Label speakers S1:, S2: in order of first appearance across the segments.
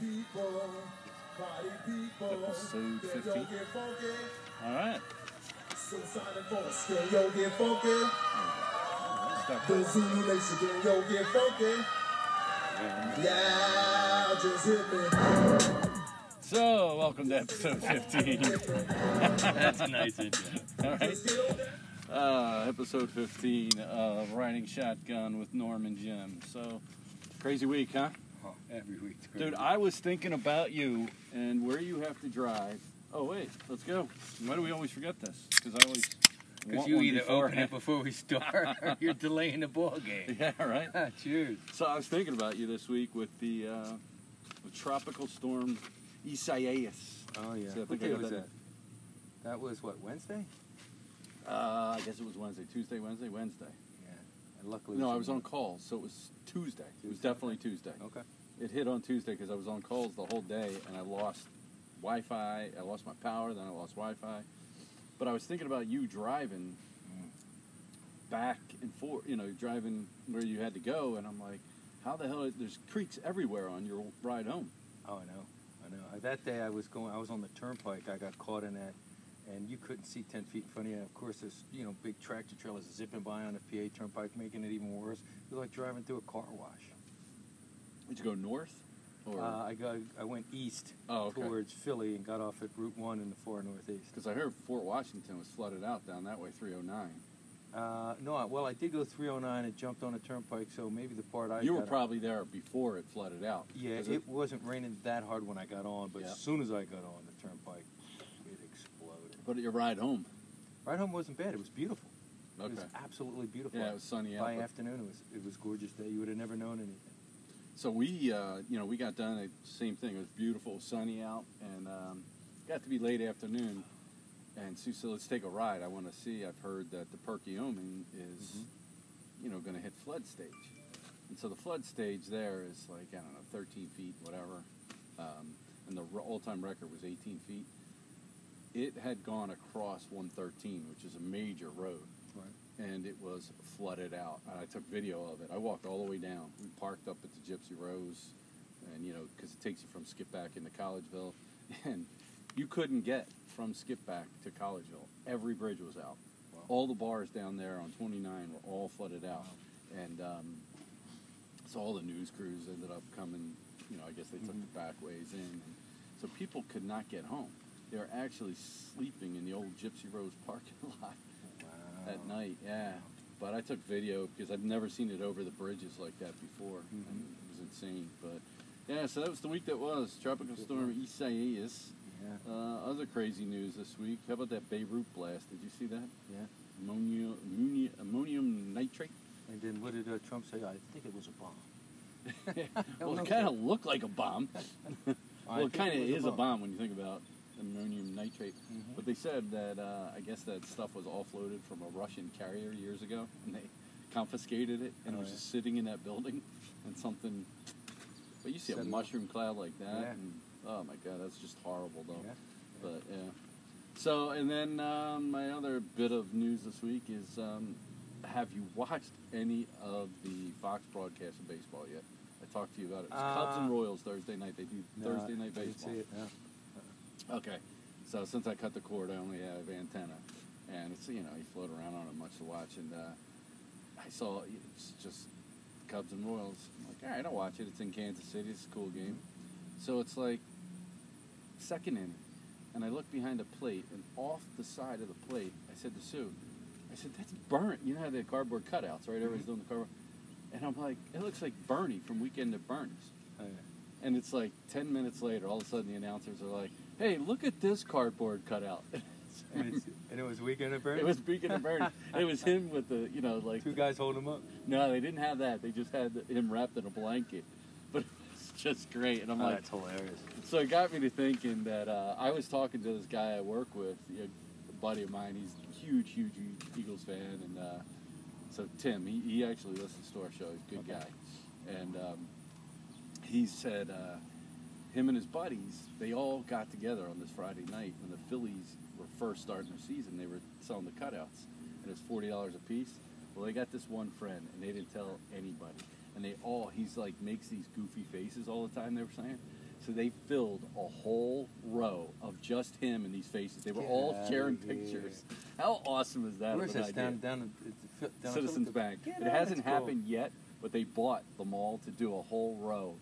S1: people, party people.
S2: Episode
S1: Yeah,
S2: 50.
S1: Yo, get funky.
S2: All right.
S1: So Sonic Force, yeah, yo, get funky.
S2: Stuck
S1: The
S2: with
S1: Zulu Nation, yeah, yo, get funky.
S2: it.
S1: Yeah, just hit me.
S2: So, welcome to episode 15.
S3: That's a nice intro.
S2: All right.
S1: Just get on that.
S2: Uh, episode 15 of Riding Shotgun with Norm and Jim. So, crazy week, huh?
S3: Oh, every week.
S2: Dude, I was thinking about you and where you have to drive. Oh, wait, let's go. Why do we always forget this? Because I always.
S3: Because
S2: want
S3: you
S2: one
S3: either open it
S2: beforehand.
S3: before we start or you're delaying the ball game.
S2: Yeah, right?
S3: Ah, cheers.
S2: So I was thinking about you this week with the, uh, with tropical storm Isaias.
S3: Oh, yeah.
S2: See, I
S3: what
S2: think I
S3: day
S2: got
S3: was
S2: that.
S3: that? That was what, Wednesday?
S2: Uh, I guess it was Wednesday, Tuesday, Wednesday, Wednesday.
S3: Yeah. And luckily.
S2: No,
S3: it's
S2: I
S3: in
S2: was
S3: the-
S2: on call, so it was Tuesday. It was
S3: Tuesday.
S2: definitely Tuesday.
S3: Okay. Oh.
S2: It hit on Tuesday because I was on calls the whole day, and I lost Wi-Fi. I lost my power, then I lost Wi-Fi. But I was thinking about you driving back and forth. You know, driving where you had to go, and I'm like, how the hell? There's creeks everywhere on your ride home.
S3: Oh, I know. I know. Uh, That day I was going, I was on the turnpike. I got caught in that. And you couldn't see 10 feet in front of you. And of course, there's, you know, big tractor trailers zipping by on the PA turnpike, making it even worse. It was like driving through a car wash.
S2: Did you go north? Or
S3: Uh, I, got, I went east
S2: Oh, okay.
S3: towards Philly and got off at Route 1 in the far northeast.
S2: because I heard Fort Washington was flooded out down that way, 309.
S3: Uh, no, I- well, I did go 309 and jumped on a turnpike, so maybe the part I
S2: you were
S3: got-
S2: probably there before it flooded out.
S3: yeah,
S2: Was
S3: it, wasn't raining that hard when I got on, but
S2: Yeah.
S3: as soon as I got on the turnpike, it exploded.
S2: But your ride home.
S3: Right home wasn't bad; it was beautiful.
S2: Okay.
S3: It was absolutely beautiful.
S2: Yeah, it was sunny out,
S3: By
S2: but-
S3: afternoon, it was it was gorgeous day. You would have never known anything.
S2: So we, uh, you know, we got done the same thing. It was beautiful, sunny out, and um, got to be late afternoon. And Sue said, "Let's take a ride. I want to see. I've heard that the Perkiomen is, you know, going to hit flood stage. And so the flood stage there is like I don't know, 13 feet, whatever. Um, and the r- all-time record was 18 feet. It had gone across 113, which is a major road
S3: Right.
S2: and it was flooded out. And I took video of it. I walked all the way down. We parked up at the Gypsy Rose, and you know, because it takes you from Skipback into Collegeville, and you couldn't get from Skipback to Collegeville. Every bridge was out.
S3: Wow.
S2: All the bars down there on 29 were all flooded out, and um, so all the news crews ended up coming. You know, I guess they took the back ways in, and so people could not get home. They were actually sleeping in the old Gypsy Rose parking lot
S3: Wow.
S2: at night. Yeah, but I took video because I've never seen it over the bridges like that before. And it was insane. But yeah, so that was the week that was tropical storm Isaias.
S3: Yeah.
S2: Uh, other crazy news this week. How about that Beirut blast? Did you see that?
S3: Yeah.
S2: Ammonium, ammonium, ammonium nitrate.
S3: And then what did uh, Trump say? I think it was a bomb.
S2: well, it
S3: okay.
S2: kind of looked like a bomb.
S3: I
S2: well, it
S3: think
S2: kind of
S3: was
S2: is a bomb when you think about ammonium nitrate.
S3: Mhm.
S2: But they said that uh, I guess that stuff was offloaded from a Russian carrier years ago, and they confiscated it, and it
S3: Oh,
S2: was
S3: yeah.
S2: just sitting in that building, and something. But you see a
S3: Set it off.
S2: mushroom cloud like that,
S3: Yeah.
S2: and oh my god, that's just horrible, though.
S3: Yeah.
S2: But yeah. So, and then um, my other bit of news this week is: um, Have you watched any of the Fox broadcast of baseball yet? I talked to you about it. It's Cubs and
S3: Uh,
S2: Royals Thursday night. They do
S3: No,
S2: Thursday
S3: I
S2: night
S3: didn't
S2: baseball.
S3: see it, no.
S2: Okay. So since I cut the cord, I only have antenna, and it's you know you float around on it much to watch, and uh, I saw it's just Cubs and Royals. I'm like, all right, I'll watch it. It's in Kansas City. It's a cool game. So it's like second inning, and I look behind the plate, and off the side of the plate, I said to Sue, I said that's burnt. You know how they have cardboard cutouts, right? Everybody's doing the cardboard, and I'm like, it looks like Bernie from Weekend at Bernie's.
S3: Oh, yeah.
S2: And it's like 10 minutes later, all of a sudden the announcers are like, hey, look at this cardboard cutout.
S3: and, it's, and it was weekend at Bernie's.
S2: it was Beacon of Burn. it was him with the, you know, like,
S3: two guys holding him up.
S2: no, they didn't have that. They just had him wrapped in a blanket. But it's just great. And I'm like,
S3: hilarious.
S2: so it got me to thinking that uh, I was talking to this guy I work with, you know, a buddy of mine. He's a huge, huge, huge Eagles fan, and uh, so Tim, he, he actually listens to our show. He's a good guy, and um, he said uh, him and his buddies they all got together on this Friday night when the Phillies were first starting their season. They were selling the cutouts, and it was forty dollars a piece. Well, they got this one friend, and they didn't tell anybody. And they all he's like makes these goofy faces all the time. They were saying. So they filled a whole row of just him and these faces. They were all
S3: Get outta
S2: sharing
S3: here.
S2: pictures. How awesome is that?
S3: Where
S2: of
S3: is
S2: an
S3: this?
S2: idea?
S3: Down, down, in- it's fi- down in
S2: Citizens
S3: Philadelphia?
S2: Bank.
S3: Get
S2: It
S3: out,
S2: hasn't
S3: that's cool.
S2: happened yet, but they bought the mall to do a whole row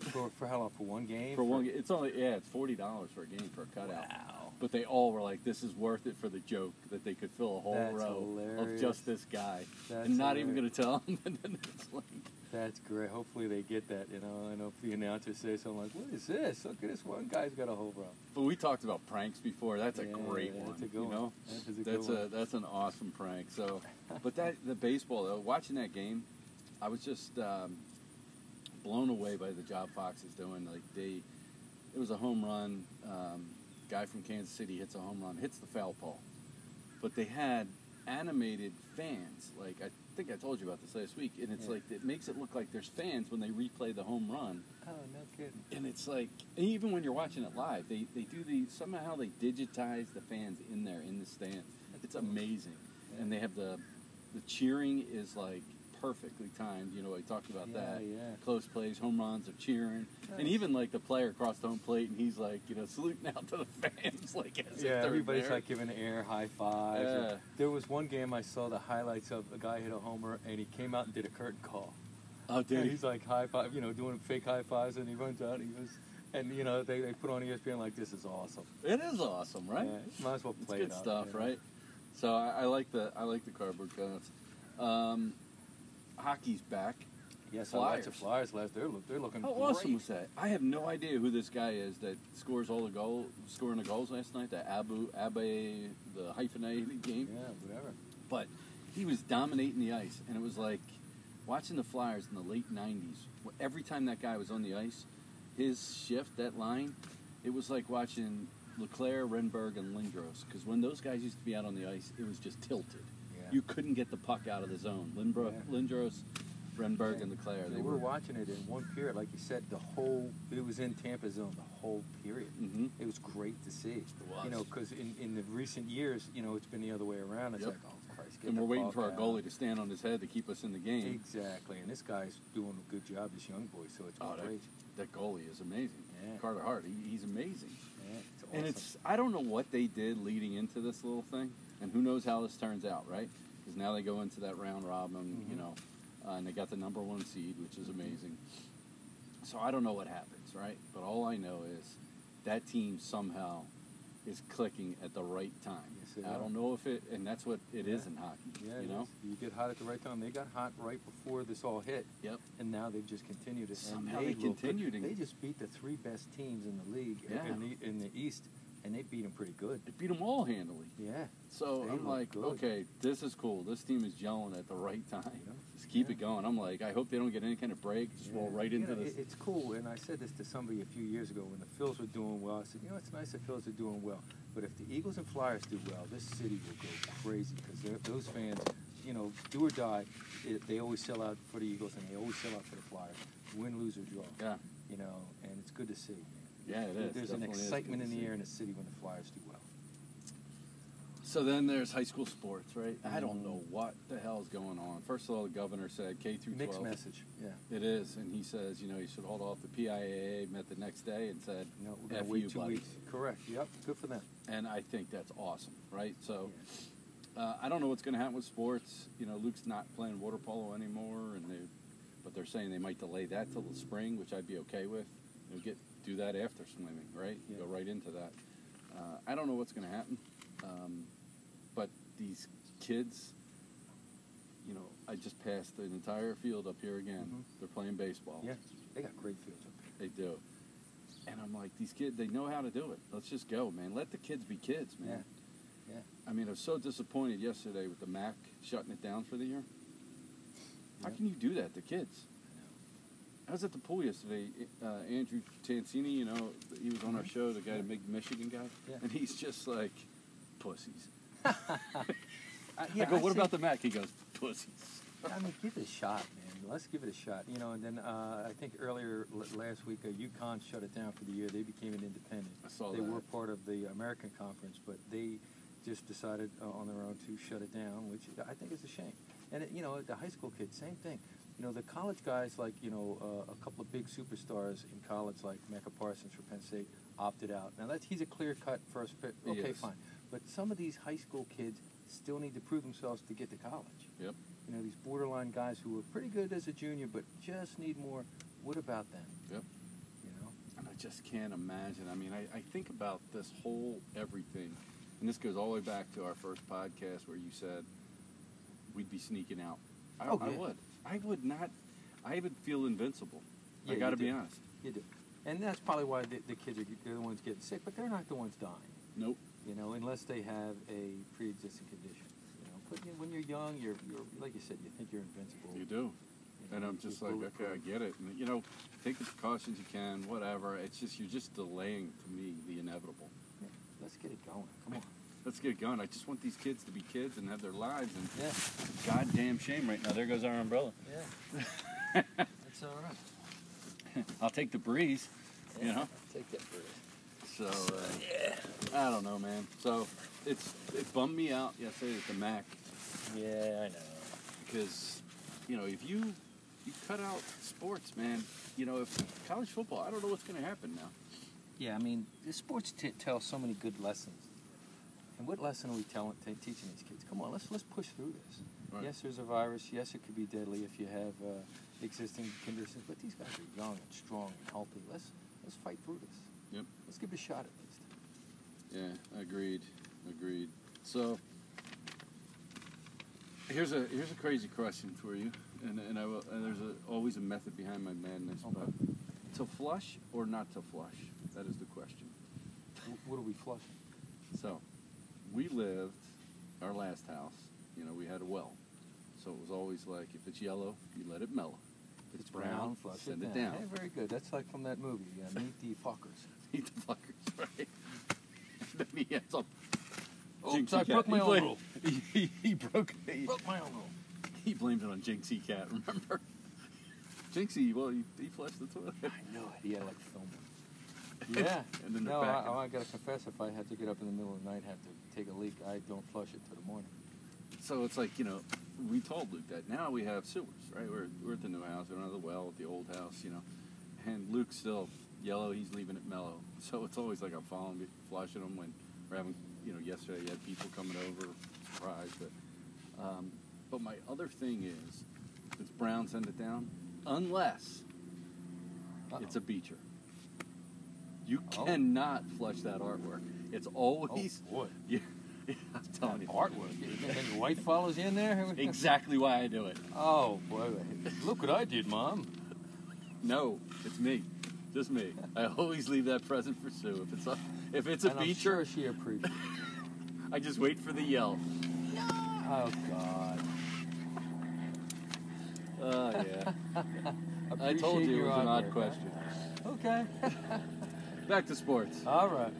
S3: For, for how long? For one game?
S2: for one. It's only yeah, it's forty dollars for a game for a cutout.
S3: Wow.
S2: But they all were like, "This is worth it for the joke that they could fill a whole
S3: That's
S2: row of
S3: hilarious.
S2: just this guy,
S3: That's
S2: and not even going
S3: hilarious.
S2: to tell him." and then it's like,
S3: That's great. Hopefully they get that. You know, I know if the announcer says something like, "What is this? Look at this one guy's got a whole row."
S2: but we talked about pranks before. That's a
S3: Yeah,
S2: great one.
S3: that's a good
S2: you
S3: one.
S2: know,
S3: That is a good
S2: that's
S3: one.
S2: a that's an awesome prank. So, but that the baseball though, watching that game, I was just um, blown away by the job Fox is doing. Like they, it was a home run. Um, guy from Kansas City hits a home run, hits the foul pole, but they had animated fans. Like I think I told you about this last week, and it's
S3: Yeah.
S2: like it makes it look like there's fans when they replay the home run
S3: Oh, no kidding.
S2: and it's like and even when you're watching it live they, they do the somehow they digitize the fans in there in the stands it's amazing and they have the the cheering is like perfectly timed you know i talked about
S3: Yeah,
S2: that
S3: yeah.
S2: close plays home runs are cheering and
S3: Nice.
S2: even like the player crossed home plate and he's like you know saluting out to the fans like as if
S3: Yeah,
S2: they're
S3: everybody's
S2: there.
S3: like giving air high fives.
S2: Yeah.
S3: There was one game I saw the highlights of. A guy hit a homer and he came out and did a curtain call.
S2: oh
S3: And
S2: dude
S3: he's like high five, you know, doing fake high fives, and he runs out. And he goes, and you know, they, they put on E ESPN like this is awesome,
S2: it is awesome right
S3: Yeah, might as well
S2: It's
S3: play
S2: good
S3: it up,
S2: stuff,
S3: you know?
S2: right? So I, I like the I like the cardboard cutouts. Um, hockey's back.
S3: Yes, I watched the
S2: Flyers.
S3: Flyers last. They're look, they're looking
S2: How
S3: great.
S2: awesome was that? I have no idea who this guy is that scores all the goal, scoring the goals last night. The Abu Abe, the hyphenated
S3: Yeah,
S2: game,
S3: whatever.
S2: but he was dominating the ice, and it was like watching the Flyers in the late '90s. wh- Every time that guy was on the ice, his shift, that line, it was like watching Leclaire, Renberg, and Lindros. Because when those guys used to be out on the ice, it was just tilted.
S3: Yeah.
S2: You couldn't get the puck out of the zone. Lindbro-
S3: Yeah.
S2: Lindros, Renberg, and Leclaire.
S3: Yeah, we were watching it in one period, like you said, the whole it was in Tampa zone the whole period.
S2: hmm
S3: It was great to see.
S2: was.
S3: You know, because in, in the recent years, you know, it's been the other way around. It's
S2: Yep.
S3: like, oh Christ, get
S2: And
S3: the
S2: we're waiting
S3: puck
S2: for our
S3: out.
S2: goalie to stand on his head to keep us in the game.
S3: Exactly, and this guy's doing a good job, this young boy. So it's been
S2: Oh, that,
S3: great.
S2: that goalie is amazing.
S3: Yeah.
S2: Carter Hart, he, he's amazing.
S3: Yeah, it's awesome.
S2: And it's I don't know what they did leading into this little thing, and who knows how this turns out, right? Because now they go into that round robin, you
S3: Mm-hmm.
S2: know, uh, and they got the number one seed, which is amazing. So I don't know what happens, right? But all I know is that team somehow is clicking at the right time.
S3: Yes, they
S2: I
S3: are.
S2: don't know if it, and that's what it is
S3: Yeah.
S2: in hockey.
S3: yeah, it
S2: you know,
S3: is. you get hot at the right time. They got hot right before this all hit,
S2: yep.
S3: and now they've just continued it. and
S2: Somehow they
S3: look good.
S2: continued and-
S3: They just beat the three best teams in the league
S2: Yeah.
S3: in, the, in the East, and they beat them pretty good.
S2: They beat them all handily.
S3: Yeah.
S2: So
S3: They
S2: I'm
S3: look
S2: like,
S3: good.
S2: okay, this is cool. This team is gelling at the right time.
S3: Yeah.
S2: Just keep
S3: Yeah.
S2: it going. I'm like, I hope they don't get any kind of break. Just roll
S3: Yeah.
S2: right
S3: You
S2: into
S3: know,
S2: this.
S3: it- it's cool, and I said this to somebody a few years ago when the Phils were doing well. I said, you know, it's nice that Phils are doing well, but if the Eagles and Flyers do well, this city will go crazy because those fans, you know, do or die, it, they always sell out for the Eagles and they always sell out for the Flyers, win, lose, or draw.
S2: yeah,
S3: You know, and it's good to see. man.
S2: yeah, it is.
S3: There's an
S2: Definitely is
S3: excitement
S2: good
S3: in
S2: to
S3: the
S2: see.
S3: air in the city when the Flyers do well.
S2: So then there's high school sports, right? I
S3: Mm-hmm.
S2: don't know what the hell's going on. First of all, the governor said K through
S3: Mixed
S2: 12.
S3: message. Yeah.
S2: It is, and he says, you know, you should hold off. The PIAA met the next day and said,
S3: No, we're gonna
S2: F
S3: wait
S2: you,
S3: two
S2: buddy.
S3: weeks. Correct. Yep. Good for them.
S2: and I think that's awesome, right? So.
S3: Yeah.
S2: Uh, I don't know what's going to happen with sports. You know, Luke's not playing water polo anymore, and they, but they're saying they might delay that till the spring, which I'd be okay with. They'll get do that after swimming, right?
S3: Yeah.
S2: Go right into that. Uh, I don't know what's going to happen, um, but these kids, you know, I just passed an entire field up here again.
S3: Mhm.
S2: They're playing baseball.
S3: Yeah. They got great fields up there.
S2: They do. And I'm like, these kids, they know how to do it. Let's just go, man. Let the kids be kids, man.
S3: Yeah. Yeah.
S2: I mean, I was so disappointed yesterday with the MAC shutting it down for the year. How
S3: Yeah.
S2: can you do that to kids? I was at the pool yesterday. Uh, Andrew Tansini, you know, he was on our show, the guy, the big Michigan guy,
S3: Yeah.
S2: and he's just like, pussies.
S3: Uh,
S2: I go,
S3: I
S2: what
S3: see-
S2: about the MAC? He goes, pussies.
S3: I mean, give it a shot, man. Let's give it a shot. You know, and then uh, I think earlier l- last week, uh, UConn shut it down for the year. They became an independent.
S2: I saw
S3: they
S2: that.
S3: were part of the American Conference, but they just decided uh, on their own to shut it down, which I think is a shame. And it, you know, the high school kids, same thing. you know, the college guys, like, you know, uh, a couple of big superstars in college, like Mecca Parsons for Penn State, opted out. Now, that's, he's a clear cut first pick.
S2: He
S3: Okay,
S2: is.
S3: fine. But some of these high school kids still need to prove themselves to get to college.
S2: Yep.
S3: You know, these borderline guys who were pretty good as a junior, but just need more. What about them?
S2: Yep.
S3: You know?
S2: And I just can't imagine. I mean, I, I think about this whole everything, and this goes all the way back to our first podcast where you said we'd be sneaking out. I,
S3: Oh,
S2: I
S3: yeah.
S2: would. I would not. I would feel invincible.
S3: Yeah,
S2: I
S3: you
S2: got to be
S3: do.
S2: honest.
S3: You do. And that's probably why the, the kids are they're the ones getting sick, but they're not the ones dying,
S2: Nope.
S3: you know, unless they have a pre-existing condition. You know, but you- when you're young, you're, you're like you said, you think you're invincible.
S2: You do.
S3: you know,
S2: And I'm
S3: you're
S2: just like, okay, I
S3: bulletproof.
S2: get it. And, you know, take the precautions you can, whatever. It's just, you're just delaying to me the inevitable.
S3: Yeah, let's get it going. Come on.
S2: Let's get going. I just want these kids to be kids and have their lives. And
S3: Yeah,
S2: goddamn shame right now. There goes our umbrella.
S3: yeah. that's all right.
S2: I'll take the breeze, you know?
S3: Take that for it.
S2: So uh, I don't know, man. So it's it bummed me out yesterday at the Mac
S4: Yeah, I know.
S2: because you know if you you cut out sports, man, you know if college football, I don't know what's going to happen now.
S3: Yeah, I mean, the sports t- tell so many good lessons. And what lesson are we telling, t- teaching these kids? Come on, let's let's push through this.
S2: Right.
S3: Yes, there's a virus. Yes, it could be deadly if you have uh, existing conditions. But these guys are young and strong and healthy. Let's let's fight through this.
S2: Yep.
S3: Let's give it a shot at least.
S2: Yeah, agreed, agreed. So here's a here's a crazy question for you, and and I will, and there's a, always a method behind my madness,
S3: Okay.
S2: but to flush or not to flush, that is the question.
S3: W- What are we flushing?
S2: So, we lived our last house. You know, we had a well, so it was always like if it's yellow, you let it mellow. If it's brown,
S3: flush
S2: send it down.
S3: Hey, very good. That's like from that movie, uh, Meet the Fuckers.
S2: Eat the fuckers, right? then he Oh, ends up.
S3: Oops,
S2: Jinxie
S3: I
S2: Cat.
S3: broke my
S2: He
S3: own
S2: blamed-
S3: rule.
S2: He, he broke. He,
S3: Broke my own rule.
S2: he blamed it on Jinxie Cat. Remember, Jinxie? Well, he, he flushed the toilet.
S3: I know it. He had like film. Yeah.
S2: And then they're
S3: no,
S2: back
S3: I, oh,
S2: in-
S3: I gotta confess, if I had to get up in the middle of the night, have to take a leak, I don't flush it till the morning.
S2: So it's like, you know, we told Luke that. Now we have sewers, right? We're, we're at the new house, we don't have the well at the old house, you know. And Luke's still yellow, he's leaving it mellow. So it's always like I'm following, flushing him when we're having, you know, yesterday you had people coming over, surprised. But, um, but my other thing is, if it's brown, send it down, unless
S3: Uh-oh.
S2: it's a beacher. You
S3: Oh.
S2: cannot flush that artwork. It's always,
S3: oh, boy.
S2: yeah, I'm telling you.
S3: Artwork. And then your wife follows you in there?
S2: Exactly why I do it.
S3: Oh, boy. Look what I did, Mom.
S2: No, it's me. Just me. I always leave that present for Sue. If it's a, if it's a
S3: and I'm
S2: beacher,
S3: sure she appreciates
S2: I just wait for the yell.
S3: Oh, God.
S2: Oh yeah. I
S3: Appreciate
S2: told you it
S3: your
S2: was an odd
S3: artwork,
S2: question.
S3: huh? Okay.
S2: Back to sports.
S3: All right.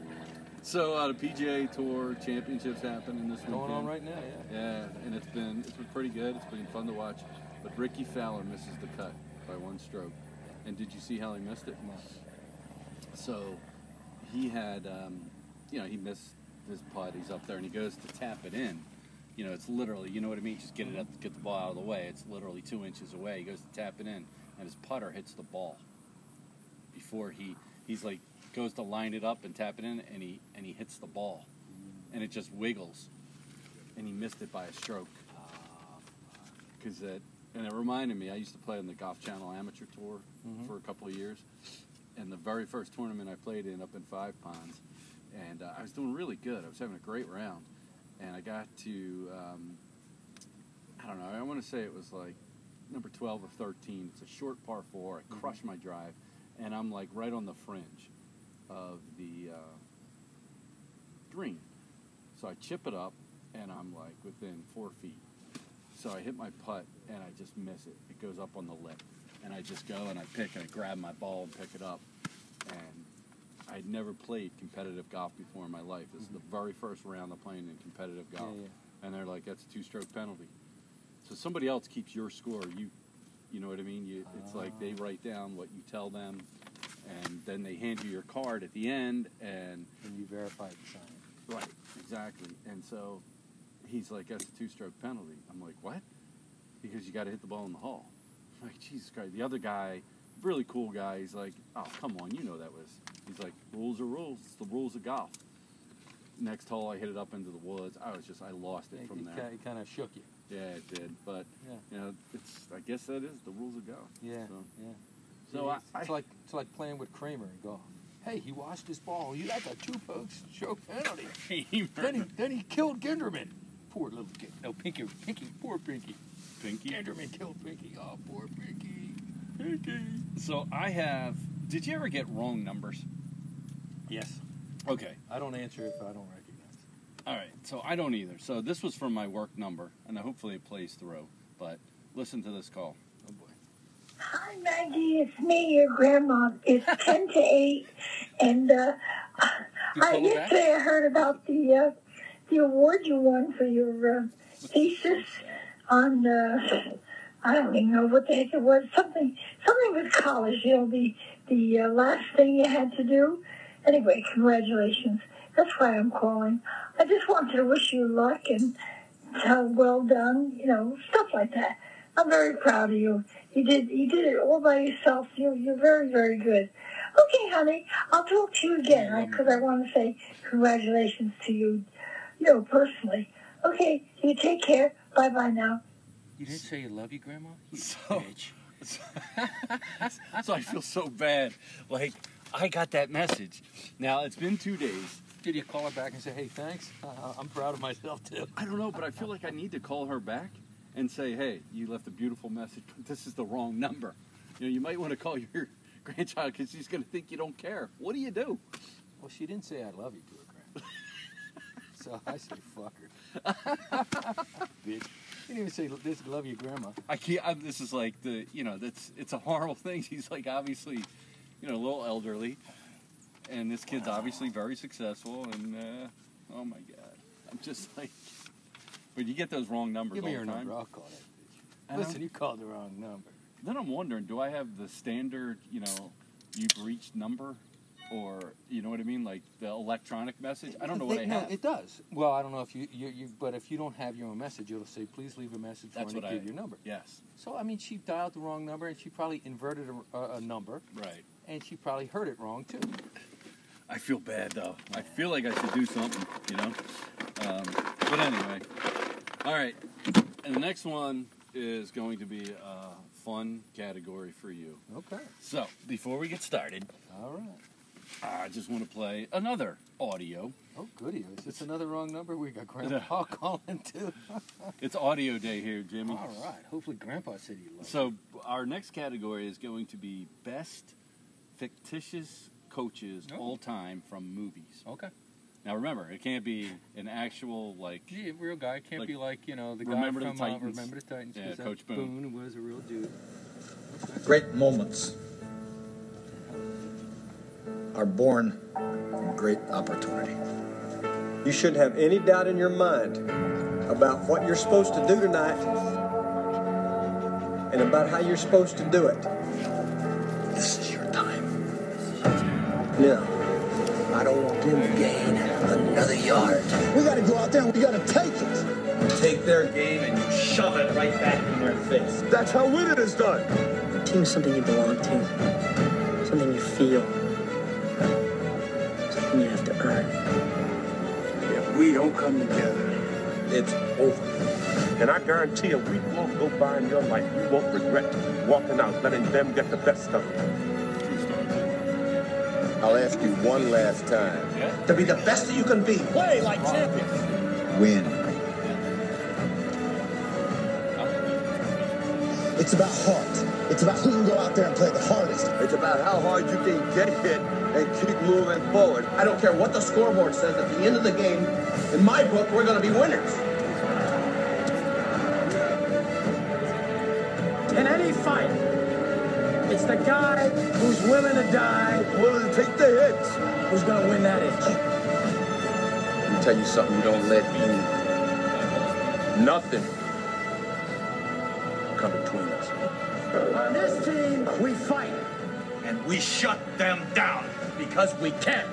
S2: So uh, the PGA Tour championships happening this
S3: Going
S2: weekend.
S3: on right now, yeah.
S2: Yeah, and it's been it's been pretty good. It's been fun to watch. But Ricky Fowler misses the cut by one stroke. And did you see how he missed it?
S3: No.
S2: So he had, um, you know, he missed his putt. He's up there and he goes to tap it in. You know, it's literally, you know what I mean? Just get it up, get the ball out of the way. It's literally two inches away. He goes to tap it in, and his putter hits the ball before he he's like goes to line it up and tap it in, and he and he hits the ball, and it just wiggles, and he missed it by a stroke. Because that, and it reminded me, I used to play on the Golf Channel Amateur Tour
S3: Mhm.
S2: for a couple of years, and the very first tournament I played in up in Five Ponds, and uh, I was doing really good. I was having a great round, and I got to, um, I don't know, I want to say it was like number 12 or 13. It's a short par four.
S3: Mm-hmm.
S2: I crushed my drive, and I'm like right on the fringe of the uh, green. So I chip it up, and I'm like within four feet. So I hit my putt, and I just miss it. It goes up on the lip, and I just go and I pick and I grab my ball and pick it up. And I'd never played competitive golf before in my life. This is the very first round of playing in competitive golf,
S3: Mm-hmm. Yeah,
S2: and they're like, "That's a two-stroke penalty." So somebody else keeps your score. You, you know what I mean? You, it's like they write down what you tell them, and then they hand you your card at the end, and
S3: And you verified the sign. it.
S2: Right, exactly. And so he's like, that's a two stroke penalty. I'm like, what? Because you got to hit the ball in the hole. like Jesus Christ. The other guy, really cool guy, he's like, oh come on, you know that was. He's like, rules are rules. It's the rules of golf. Next hole, I hit it up into the woods. I was just, I lost it
S3: It,
S2: from there.
S3: kind of shook you.
S2: Yeah, it did. But
S3: Yeah.
S2: you know, it's. I guess that is the rules of golf.
S3: Yeah.
S2: So,
S3: yeah.
S2: so I,
S3: it's,
S2: I
S3: it's like it's like playing with Kramer in golf. Hey, he washed his ball. You got the two pokes show penalty. Then he then he killed Genderman. Poor little kid. No, Pinky. Pinky. Poor Pinky.
S2: Pinky.
S3: Genderman killed Pinky. Oh, poor Pinky. Pinky.
S4: So I have. Did you ever get wrong numbers?
S3: Yes.
S4: Okay.
S3: I don't answer if I don't recognize. it.
S4: All right. So I don't either. So this was from my work number, and hopefully it plays through. But listen to this call.
S3: Oh boy.
S5: Hi, Maggie. It's me, your grandma. It's 10 to 8. And uh,
S4: Do you
S5: I
S4: call it back?
S5: yesterday I heard about the uh, the award you won for your uh, thesis on uh, I don't even know what the heck it was. Something something with college. You know, the the uh, last thing you had to do. Anyway, congratulations. That's why I'm calling. I just wanted to wish you luck and how well done. You know, stuff like that. I'm very proud of you. You did you did it all by yourself. You you're very very good. Okay, honey, I'll talk to you again because I want to say congratulations to you, you know, personally. Okay, you take care. Bye bye now.
S3: You didn't say you love you, Grandma. You
S4: So-
S3: bitch.
S4: so I feel so bad. Like I got that message. Now it's been two days.
S3: Did you call her back and say, "Hey, thanks. Uh, I'm proud of myself too."
S2: I don't know, but I feel like I need to call her back and say, "Hey, you left a beautiful message, but this is the wrong number." You know, you might want to call your grandchild because she's going to think you don't care. What do you do?
S3: Well, she didn't say I love you to her, Grandma. so I say fuck her. Bitch. You didn't even say this love you, Grandma.
S4: I can't. I'm, this is like the you know that's it's a horrible thing. She's like obviously, you know, a little elderly, and this kid's obviously very successful. And uh, oh my god, I'm just like. But you get those wrong numbers
S3: Give me
S4: all
S3: your
S4: the time.
S3: number. I'll call that bitch.
S2: I know.
S3: Listen, you called the wrong number.
S2: Then I'm wondering, do I have the standard, you know, you've reached number, or you know what I mean, like the electronic message? I don't know what I
S3: They- no,
S2: have.
S3: It does. Well, I don't know if you, you, you, but if you don't have your own message, it'll say, please leave a message
S4: That's
S3: when
S4: what
S3: I give
S4: I-
S3: your number.
S2: yes,
S3: So, I mean, she dialed the wrong number and she probably inverted a, a, a number
S4: Right.
S3: and she probably heard it wrong too.
S4: I feel bad though. I feel like I should do something, you know. Um, but anyway,
S2: all right. And the next one is going to be a fun category for you.
S3: Okay.
S4: so before we get started,
S3: All right.
S2: I just want to play another audio.
S3: Oh, goody. Is this another wrong number? We got Grandpa calling too.
S2: It's audio day here, Jimmy.
S3: All right. Hopefully, Grandpa said he loved
S2: So our next category is going to be best fictitious coaches
S3: Oh.
S2: all time from movies.
S3: it. Okay.
S2: Now remember, it can't be an actual like
S3: Gee, a real guy can't
S2: Like,
S3: be like you know the guy
S2: Remember the
S3: from uh,
S2: Titans.
S3: Remember the Titans.
S2: Yeah,
S3: 'cause that
S2: Coach Boone.
S3: Boone. was a real dude.
S1: Great moments are born from great opportunity.
S6: You shouldn't have any doubt in your mind about what you're supposed to do tonight and about how you're supposed to do it.
S1: This is your time.
S6: Now, I don't want them to gain another yard.
S1: We gotta go out there and we gotta take it.
S6: Take their game and you shove it right back in their face. That's how winning is done.
S7: A team is something you belong to, something you feel, something you have to earn.
S8: If we don't come together,
S6: It's over.
S8: and I guarantee you, we won't go by in your life. You won't regret walking out, letting them get the best of you.
S9: I'll ask you one last time.
S6: To be the best that you can be.
S1: Play like champions.
S9: Win.
S1: It's about heart. It's about who can go out there and play the hardest.
S9: It's about how hard you can get hit and keep moving forward.
S6: I don't care what the scoreboard says. At the end of the game, in my book, we're going to be winners.
S10: In any fight, it's the guy who's willing to die
S9: Willing to take the hits.
S10: who's going to win that itch.
S9: Let me tell you something you don't let you. Nothing come between us.
S10: On this team, we fight.
S6: And we shut them down because we can.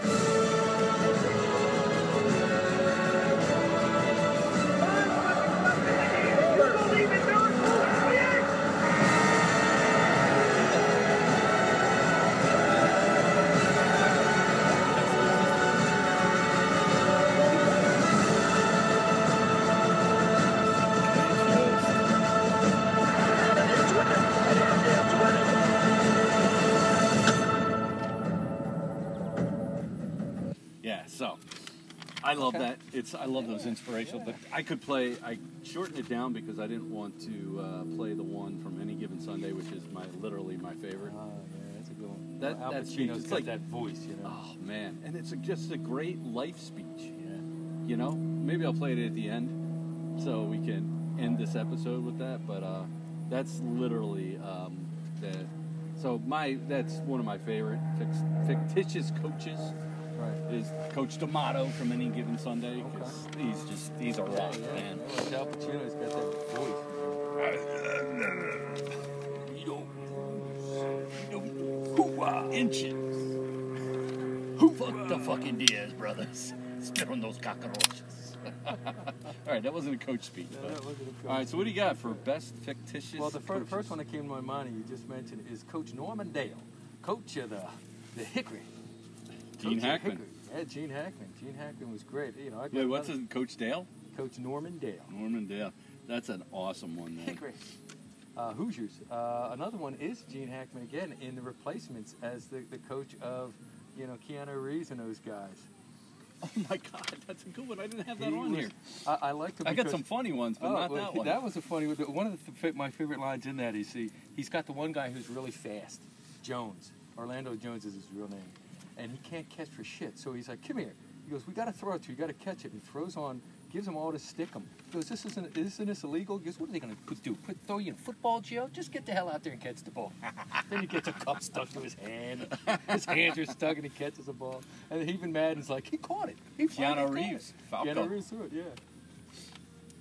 S2: So I love that. It's I love those inspirational. But I could play. I shortened it down because I didn't want to uh, play the one from any given Sunday, which is my literally my favorite.
S3: Oh, yeah, that's a good one.
S2: That
S3: Al
S2: that speech.
S3: Pacino's
S2: It's
S3: got
S2: like
S3: that voice, you know.
S2: Oh man, and it's a, just a great life speech. You know, maybe I'll play it at the end, so we can end this episode with that. But uh, that's literally um, the. So my that's one of my favorite fic- fictitious coaches.
S3: Right.
S2: Is Coach D'Amato from any given Sunday? 'cause he's just he's a rock man.
S3: Oh, Yeah, Al Pacino's got that voice.
S2: You don't Hooah inches. Who fucked the fucking Diaz brothers? Spit on those cockroaches. All right, that wasn't a coach speech.
S3: No,
S2: but-
S3: that wasn't a coach
S2: All right, so what do you got for best fictitious?
S3: Well, the fir-
S2: coaches?
S3: first one that came to my mind and you just mentioned is Coach Norman Dale, coach of the the Hickory.
S2: Gene
S3: Coach of
S2: Hackman.
S3: Hickory. Yeah, Gene Hackman. Gene Hackman was great. You know, I
S2: Wait, what's his coach Dale?
S3: Coach Norman Dale.
S2: Norman Dale. That's an awesome one. Man.
S3: Hickory. Uh, Hoosiers. Uh, another one is Gene Hackman again in the replacements as the, the coach of, you know, Keanu Reeves and those guys.
S2: Oh my God, that's a good one. I didn't have that
S3: He
S2: on
S3: was-
S2: here.
S3: I, I liked him
S2: I got
S3: because-
S2: some funny ones, but
S3: Oh,
S2: not
S3: well,
S2: that
S3: he-
S2: one.
S3: That was a funny one. One of the, fa- my favorite lines in that is he, he's got the one guy who's really fast, Jones. Orlando Jones is his real name. And he can't catch for shit. So he's like, come here. He goes, we got to throw it to you. You got to catch it. And throws on, gives him all to stick him. He goes, this isn't, isn't this illegal? He goes, what are they going to do? Put, throw you in football, Gio? Just get the hell out there and catch the ball. then he gets a cup stuck to his hand. His hands are stuck and he catches the ball. And he even mad and is like, he caught it. He finally
S2: Keanu
S3: caught it."
S2: Reeves,
S3: Keanu
S2: Falco.
S3: Reeves threw it, yeah.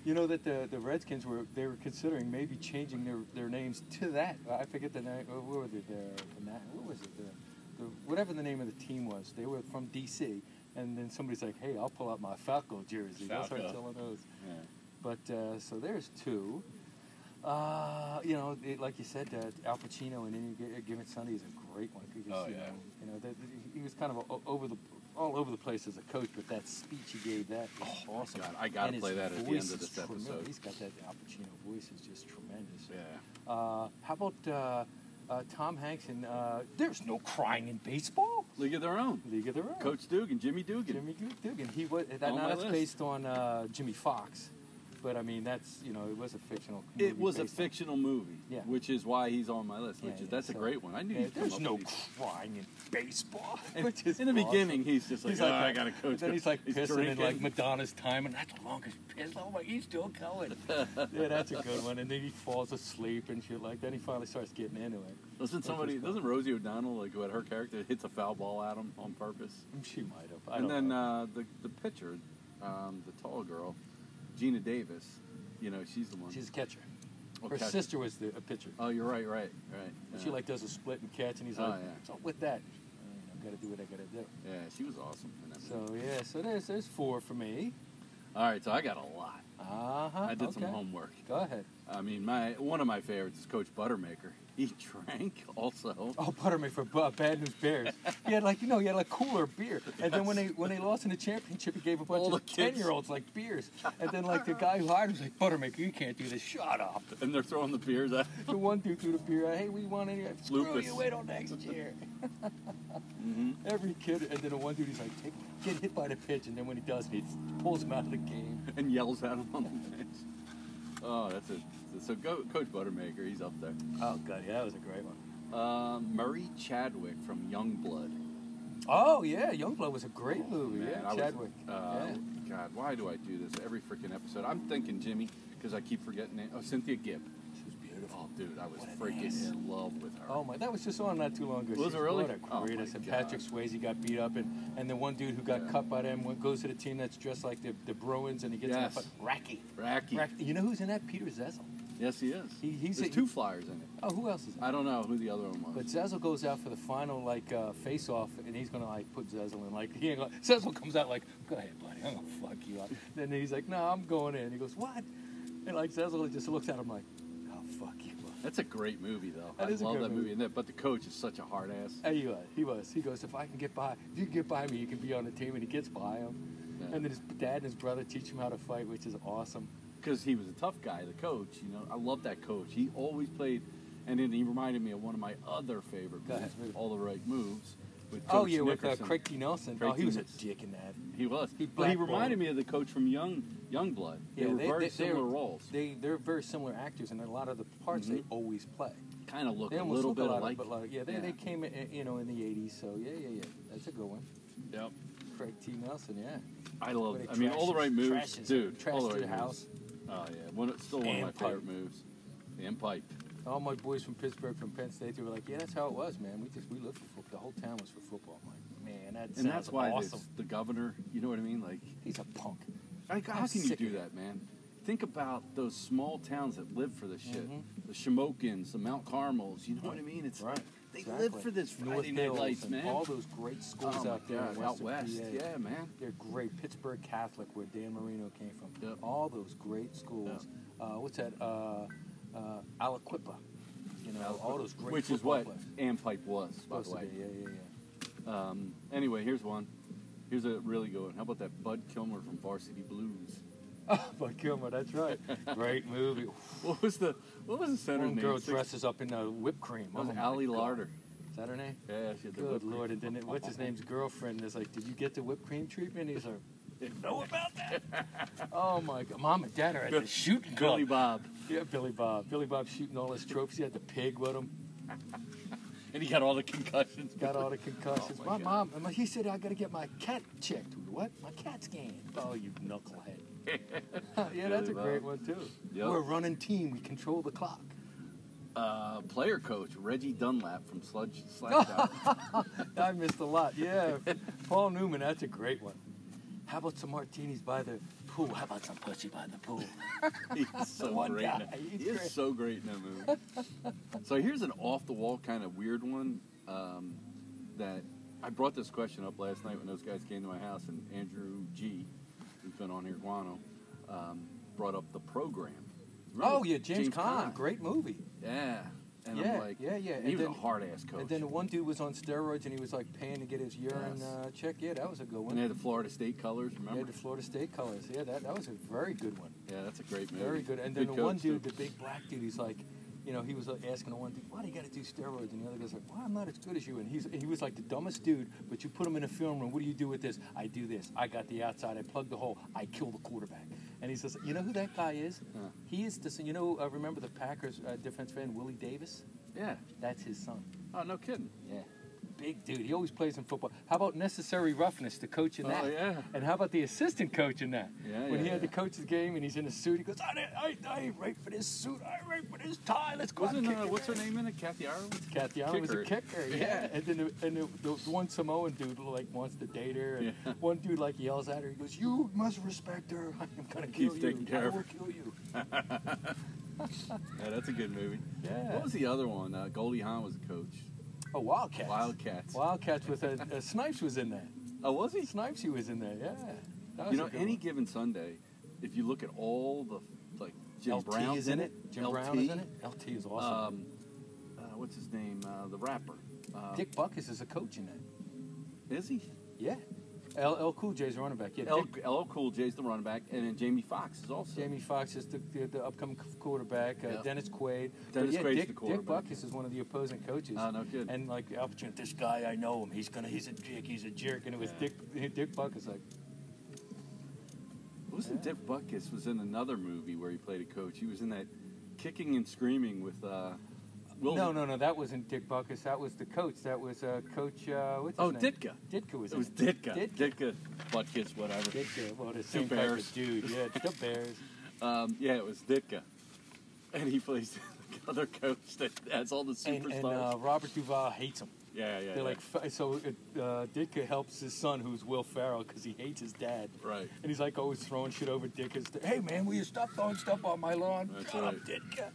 S3: You know that the, the Redskins were they were considering maybe changing their, their names to that. I forget the name. uh, What was it? The, the, na- what was it? The, the, whatever the name of the team was. They were from D.C. And then somebody's like, "Hey, I'll pull out my Falco jersey." That's what
S2: Falco.
S3: I'm selling those.
S2: Yeah.
S3: But uh, so there's two. Uh, you know, it, like you saven uh, Al Pacino in Any Gi- Given Sunday is a great one. Because,
S2: Oh,
S3: you
S2: yeah.
S3: Know, you know, that, he was kind of o over the all over the place as a coach, but that speech he gave that was awesome.
S2: Oh, God, I gotta
S3: And his
S2: play that at the end
S3: voice
S2: of
S3: is
S2: this episode.
S3: tremendous. He's got that Al Pacino voice is just tremendous.
S2: Yeah.
S3: Uh, how about uh, uh, Tom Hanks and uh, There's no crying in baseball?
S2: League of Their Own.
S3: League of Their Own.
S2: Coach Dugan, Jimmy Dugan.
S3: Jimmy Gu- Dugan. He was that
S2: On my
S3: now that's
S2: list.
S3: based on uh, Jimmy Fox, but I mean that's you know it was a fictional.
S2: It
S3: movie
S2: was a
S3: based on-
S2: fictional movie,
S3: Yeah.
S2: which is why he's on my list.
S3: Yeah,
S2: Which is
S3: yeah,
S2: that's a
S3: so-
S2: great one. I knew
S3: Yeah,
S2: you'd come
S3: there's
S2: up
S3: no
S2: with these.
S3: crying in baseball.
S2: And
S3: which is
S2: in the
S3: awesome.
S2: beginning, he's just like,
S3: He's
S2: "Oh,
S3: like
S2: I
S3: that.
S2: got to coach.
S3: Then he's like pissing in like
S2: drinking."
S3: Madonna's time, and that's the longest piss. Oh my, he's still going. yeah, that's a good one. And then he falls asleep and shit like that. He finally starts getting into it.
S2: Doesn't
S3: Which
S2: somebody?
S3: is cool.
S2: Doesn't Rosie O'Donnell like what her character hits a foul ball at him on purpose?
S3: Mm, She might have. I don't
S2: And then
S3: know.
S2: uh, the the pitcher, um, the tall girl, Gina Davis. You know, she's the one.
S3: she's a catcher.
S2: Oh,
S3: Her
S2: catcher.
S3: sister was the, a pitcher.
S2: Oh, you're right, right, right.
S3: And
S2: yeah.
S3: she like does a split and catch, and he's
S2: Oh,
S3: like,
S2: yeah. Oh,
S3: "What's up with that?" I gotta do what I gotta do.
S2: Yeah, she was awesome. In that movie.
S3: So yeah, so there's there's four for me.
S2: All right, so I got a lot.
S3: Uh huh.
S2: I did
S3: okay.
S2: some homework.
S3: Go ahead.
S2: I mean, my one of my favorites is Coach Buttermaker. He drank also.
S3: Oh, Buttermilk for Bu- Bad News Bears. He had like you know he had like cooler beer, and then when they
S2: Yes.
S3: when they lost in the championship, he gave a bunch
S2: All
S3: of
S2: the
S3: ten
S2: kids.
S3: year olds like beers, and then like the guy who hired him was like Buttermilk, you can't do this. Shut up.
S2: And they're throwing the beers at him.
S3: The one dude threw the beer. out, Hey, we want any? Screw
S2: Lupus.
S3: you. Wait till next year. Mm-hmm. Every kid, and then the one dude he's like, take, get hit by the pitch, and then when he does, he pulls him out of the game.
S2: and yells at him on the bench. Oh, that's it. So, go, Coach Buttermaker, he's up there.
S3: Oh god, yeah, that was a great one.
S2: Uh, Murray Chadwick from Youngblood.
S3: Oh yeah, Youngblood was a great movie.
S2: Oh, Man,
S3: yeah,
S2: I was-
S3: Chadwick.
S2: uh,
S3: yeah.
S2: God, why do I do this every freaking episode? I'm thinking Jimmy because I keep forgetting it. Oh, Cynthia Gibb.
S3: She was
S2: Oh,
S3: beautiful.
S2: dude, I was
S3: What an
S2: freaking
S3: ass.
S2: in love with her.
S3: Oh my, that was just on not too long ago.
S2: Was
S3: She's
S2: it really?
S3: What a
S2: Oh, my
S3: greatness. and
S2: God.
S3: Patrick Swayze got beat up, and, and the one dude who got
S2: Yeah.
S3: cut by them went, goes to the team that's dressed like the, the Bruins, and he gets
S2: Yes.
S3: in a fight. Racky.
S2: Racky.
S3: Racky. You know who's in that? Peter Zezel.
S2: Yes, he is.
S3: He- he's
S2: There's
S3: a-
S2: two flyers in it.
S3: Oh, who else is in
S2: I don't know who the other one was.
S3: But Zezel goes out for the final like uh, face off, and he's gonna like put Zezel in. Like he ain't gonna, Zezel comes out like, "Go ahead, buddy, I'm gonna fuck you up." Then he's like, "No, I'm going in." He goes, "What?" And like Zezel just looks at him like, "I'll fuck you up."
S2: That's a great movie, though.
S3: That
S2: I
S3: is a
S2: love
S3: good
S2: that movie.
S3: movie.
S2: And that, but the coach is such a hard ass.
S3: And he was, he was. He goes, "If I can get by, if you can get by me, you can be on the team." And he gets by him.
S2: Yeah.
S3: And then his dad and his brother teach him how to fight, which is awesome.
S2: because he was a tough guy, the coach. You know, I love that coach. He always played, and then he reminded me of one of my other favorite
S3: Go
S2: movies,
S3: ahead.
S2: All the Right Moves, with
S3: Oh
S2: Coach
S3: yeah, with uh,
S2: Nickerson.
S3: Craig T. Nelson.
S2: Craig
S3: oh, he
S2: T.
S3: was a
S2: Nelson.
S3: dick in that.
S2: He was.
S3: He
S2: but he
S3: blackballed.
S2: reminded me of the coach from Young Youngblood. They were very similar roles.
S3: They they're very similar actors, and a lot of the parts they always play.
S2: Kind of look
S3: They
S2: a
S3: almost
S2: little
S3: Mm-hmm. look
S2: bit
S3: a lot
S2: alike.
S3: Of, but like, yeah, they, they came in, uh, you know in the '80s, so yeah, yeah, yeah. That's a good one.
S2: Yep.
S3: Craig T. Nelson, yeah.
S2: I love.
S3: When he
S2: I mean, all the
S3: trashes-
S2: right moves,
S3: trashes-
S2: dude.
S3: Trash
S2: all the
S3: to
S2: right
S3: the
S2: moves.
S3: house.
S2: Oh yeah, one, it's still one of my
S3: And pipe.
S2: favorite moves. The M pipe.
S3: All my boys from Pittsburgh, from Penn State, they were like, "Yeah, that's how it was, man. We just we lived for football. The whole town was for football." I'm like, "Man, that
S2: and that's
S3: sounds
S2: why
S3: awesome."
S2: this- the governor. You know what I mean? Like,
S3: He's a punk.
S2: like how
S3: I'm
S2: can you
S3: sick
S2: do
S3: of it.
S2: that, man? Think about those small towns that live for this shit.
S3: Mhm.
S2: The Shemokins, the Mount Carmels. You know what I mean? It's
S3: Right.
S2: They
S3: exactly.
S2: live for this Friday
S3: North
S2: Night
S3: Hills
S2: Lights,
S3: and
S2: man.
S3: All those great schools
S2: Oh my
S3: out there in
S2: God, out
S3: western
S2: west,
S3: PA.
S2: yeah, man.
S3: They're great. Pittsburgh Catholic, where Dan Marino came from.
S2: Yep.
S3: All those great schools. Uh, what's that? Uh, uh, Aliquippa. You know, all those great
S2: Which is
S3: football
S2: what
S3: players.
S2: Am Pipe was, by
S3: Supposed
S2: the
S3: to
S2: way.
S3: be, Yeah, yeah, yeah.
S2: Um, anyway, here's one. Here's a really good one. How about that Bud Kilmer from Varsity Blues?
S3: But Gilmer, that's right. Great movie.
S2: What was the What was the center's
S3: One
S2: name?
S3: girl
S2: Six-
S3: dresses up in uh, whipped cream.
S2: That was
S3: Oh my
S2: Allie
S3: God.
S2: Larder.
S3: Is that her name?
S2: Yeah, she had the
S3: Good
S2: whipped
S3: lord! And then it- what's his name's girlfriend is like, "Did you get the whipped cream treatment?" He's like, "Didn't know about that." oh my god! Mom and dad are at the shooting club.
S2: Billy Bob,
S3: Yeah, Billy Bob. Billy Bob shooting all his trophies. He had the pig with him.
S2: and he got all the concussions.
S3: Got all the concussions.
S2: Oh,
S3: my
S2: my
S3: mom, I'm like, he said, I got to get my cat checked. What? My cat scanned. Oh, you knucklehead. yeah, that's a
S2: Billy
S3: great one,
S2: Bob.
S3: too.
S2: Yep.
S3: We're a running team. We control the clock.
S2: Uh, player coach Reggie Dunlap from Sludge Slackdown.
S3: I missed a lot. Yeah. Paul Newman, that's a great one. How about some martinis by the pool? How about some pussy by the pool?
S2: He's so
S3: One
S2: great. in
S3: guy,
S2: that-
S3: he's
S2: He is
S3: great.
S2: so great in that movie. so here's an off the wall kind of weird one um, that I brought this question up last night when those guys came to my house, and Andrew G, who's been on here, Guano, um, brought up the program. Remember
S3: Oh, yeah, James, Caan.
S2: Caan?
S3: Great movie.
S2: Yeah. And
S3: Yeah,
S2: I'm like,
S3: yeah, yeah,
S2: and
S3: and
S2: he was
S3: then-
S2: a hard ass coach.
S3: And then the one dude was on steroids and he was like paying to get his urine
S2: Yes.
S3: uh, check. Yeah, that was a good one.
S2: And they had the Florida State colors,
S3: Yeah,
S2: remember?
S3: the Florida State colors. Yeah, that, that was a very good one.
S2: Yeah, that's a great movie.
S3: Very good. And then the one
S2: coach, too.
S3: dude, the big black dude, he's like, you know, he was like, asking the one dude, why do you got to do steroids? And the other guy's like, well, I'm not as good as you. And he's he was like the dumbest dude, but you put him in a film room. What do you do with this? I do this. I got the outside. I plug the hole. I kill the quarterback. And he says, you know who that guy is?
S2: Huh.
S3: He is the, you know, uh, remember the Packers uh, defensive end, Willie Davis?
S2: Yeah.
S3: That's his son.
S2: Oh, no kidding.
S3: Yeah. Big dude. He always plays in football. How about necessary roughness, the coach in
S2: Oh,
S3: that?
S2: yeah.
S3: And how about the assistant coach in that?
S2: Yeah,
S3: when
S2: yeah,
S3: he had the
S2: yeah.
S3: coach's game and he's in a suit, he goes, I, didn't- I, I ain't right for this suit. I ain't right for this tie. Let's go. out and
S2: Wasn't,
S3: kick
S2: uh,
S3: your
S2: what's her
S3: ass."
S2: name in it? Kathy Ireland?
S3: Kathy Allen was a
S2: Kicker.
S3: kicker, yeah. And then the, and the, the one Samoan dude like wants to date her, and
S2: Yeah.
S3: one dude like yells at her. He goes, "You must respect her. I'm gonna kill
S2: Keeps
S3: you.
S2: taking care
S3: I
S2: of
S3: will
S2: her."
S3: kill you."
S2: Yeah, that's a good movie.
S3: Yeah.
S2: What was the other one? Uh, Goldie Hawn was a coach.
S3: Oh, Wildcats.
S2: Wildcats.
S3: Wildcats with a, a Snipes was in that.
S2: Oh, was he?
S3: Snipes he was in there. Yeah. That was
S2: You
S3: a
S2: know,
S3: good
S2: any
S3: one.
S2: given Sunday, if you look at all the like Jim
S3: LT
S2: Brown's
S3: is in it. Jim
S2: LT,
S3: Brown is in it. LT is awesome.
S2: Um, uh, what's his name? Uh, the rapper. Uh,
S3: Dick Buckus is a coach in that.
S2: Is he?
S3: Yeah. LL Cool J's running back. Yeah.
S2: L,
S3: Dick-
S2: L Cool J's the running back, and then Jamie Foxx is also.
S3: Jamie Foxx is the, the, the upcoming quarterback. Uh,
S2: Yeah.
S3: Dennis Quaid. But
S2: Dennis
S3: yeah,
S2: Quaid's
S3: Dick,
S2: the quarterback.
S3: Dick Buckus is one of the opposing coaches.
S2: Oh, no kidding.
S3: And like the opportunity, this guy I know him. He's gonna. He's a dick. He's a jerk. And it was
S2: Yeah.
S3: Dick. Dick Buckus like.
S2: Wasn't
S3: Yeah.
S2: Dick Buckus was in another movie where he played a coach? He was in that Kicking and Screaming with. Uh, Will
S3: No, no, no. That wasn't Dick Buckus. That was the coach. That was uh, Coach. Uh, what's his
S2: Oh,
S3: name?
S2: Ditka.
S3: Ditka was.
S2: It
S3: in
S2: was Ditka.
S3: Ditka.
S2: Ditka. Butkus, whatever.
S3: Ditka. Well, the same type
S2: Bears.
S3: of dude. Yeah, the Bears.
S2: Um, yeah, it was Ditka, and he plays the other coach that has all the
S3: and,
S2: superstars.
S3: and uh, Robert Duvall hates him.
S2: yeah, yeah, yeah.
S3: They're like, f- so uh, uh, Ditka helps his son, who's Will Farrell, because he hates his dad.
S2: right.
S3: And he's like always throwing shit over Ditka's. hey man, will you stop throwing stuff on my lawn?
S2: That's
S3: Shut up,
S2: right.
S3: Ditka.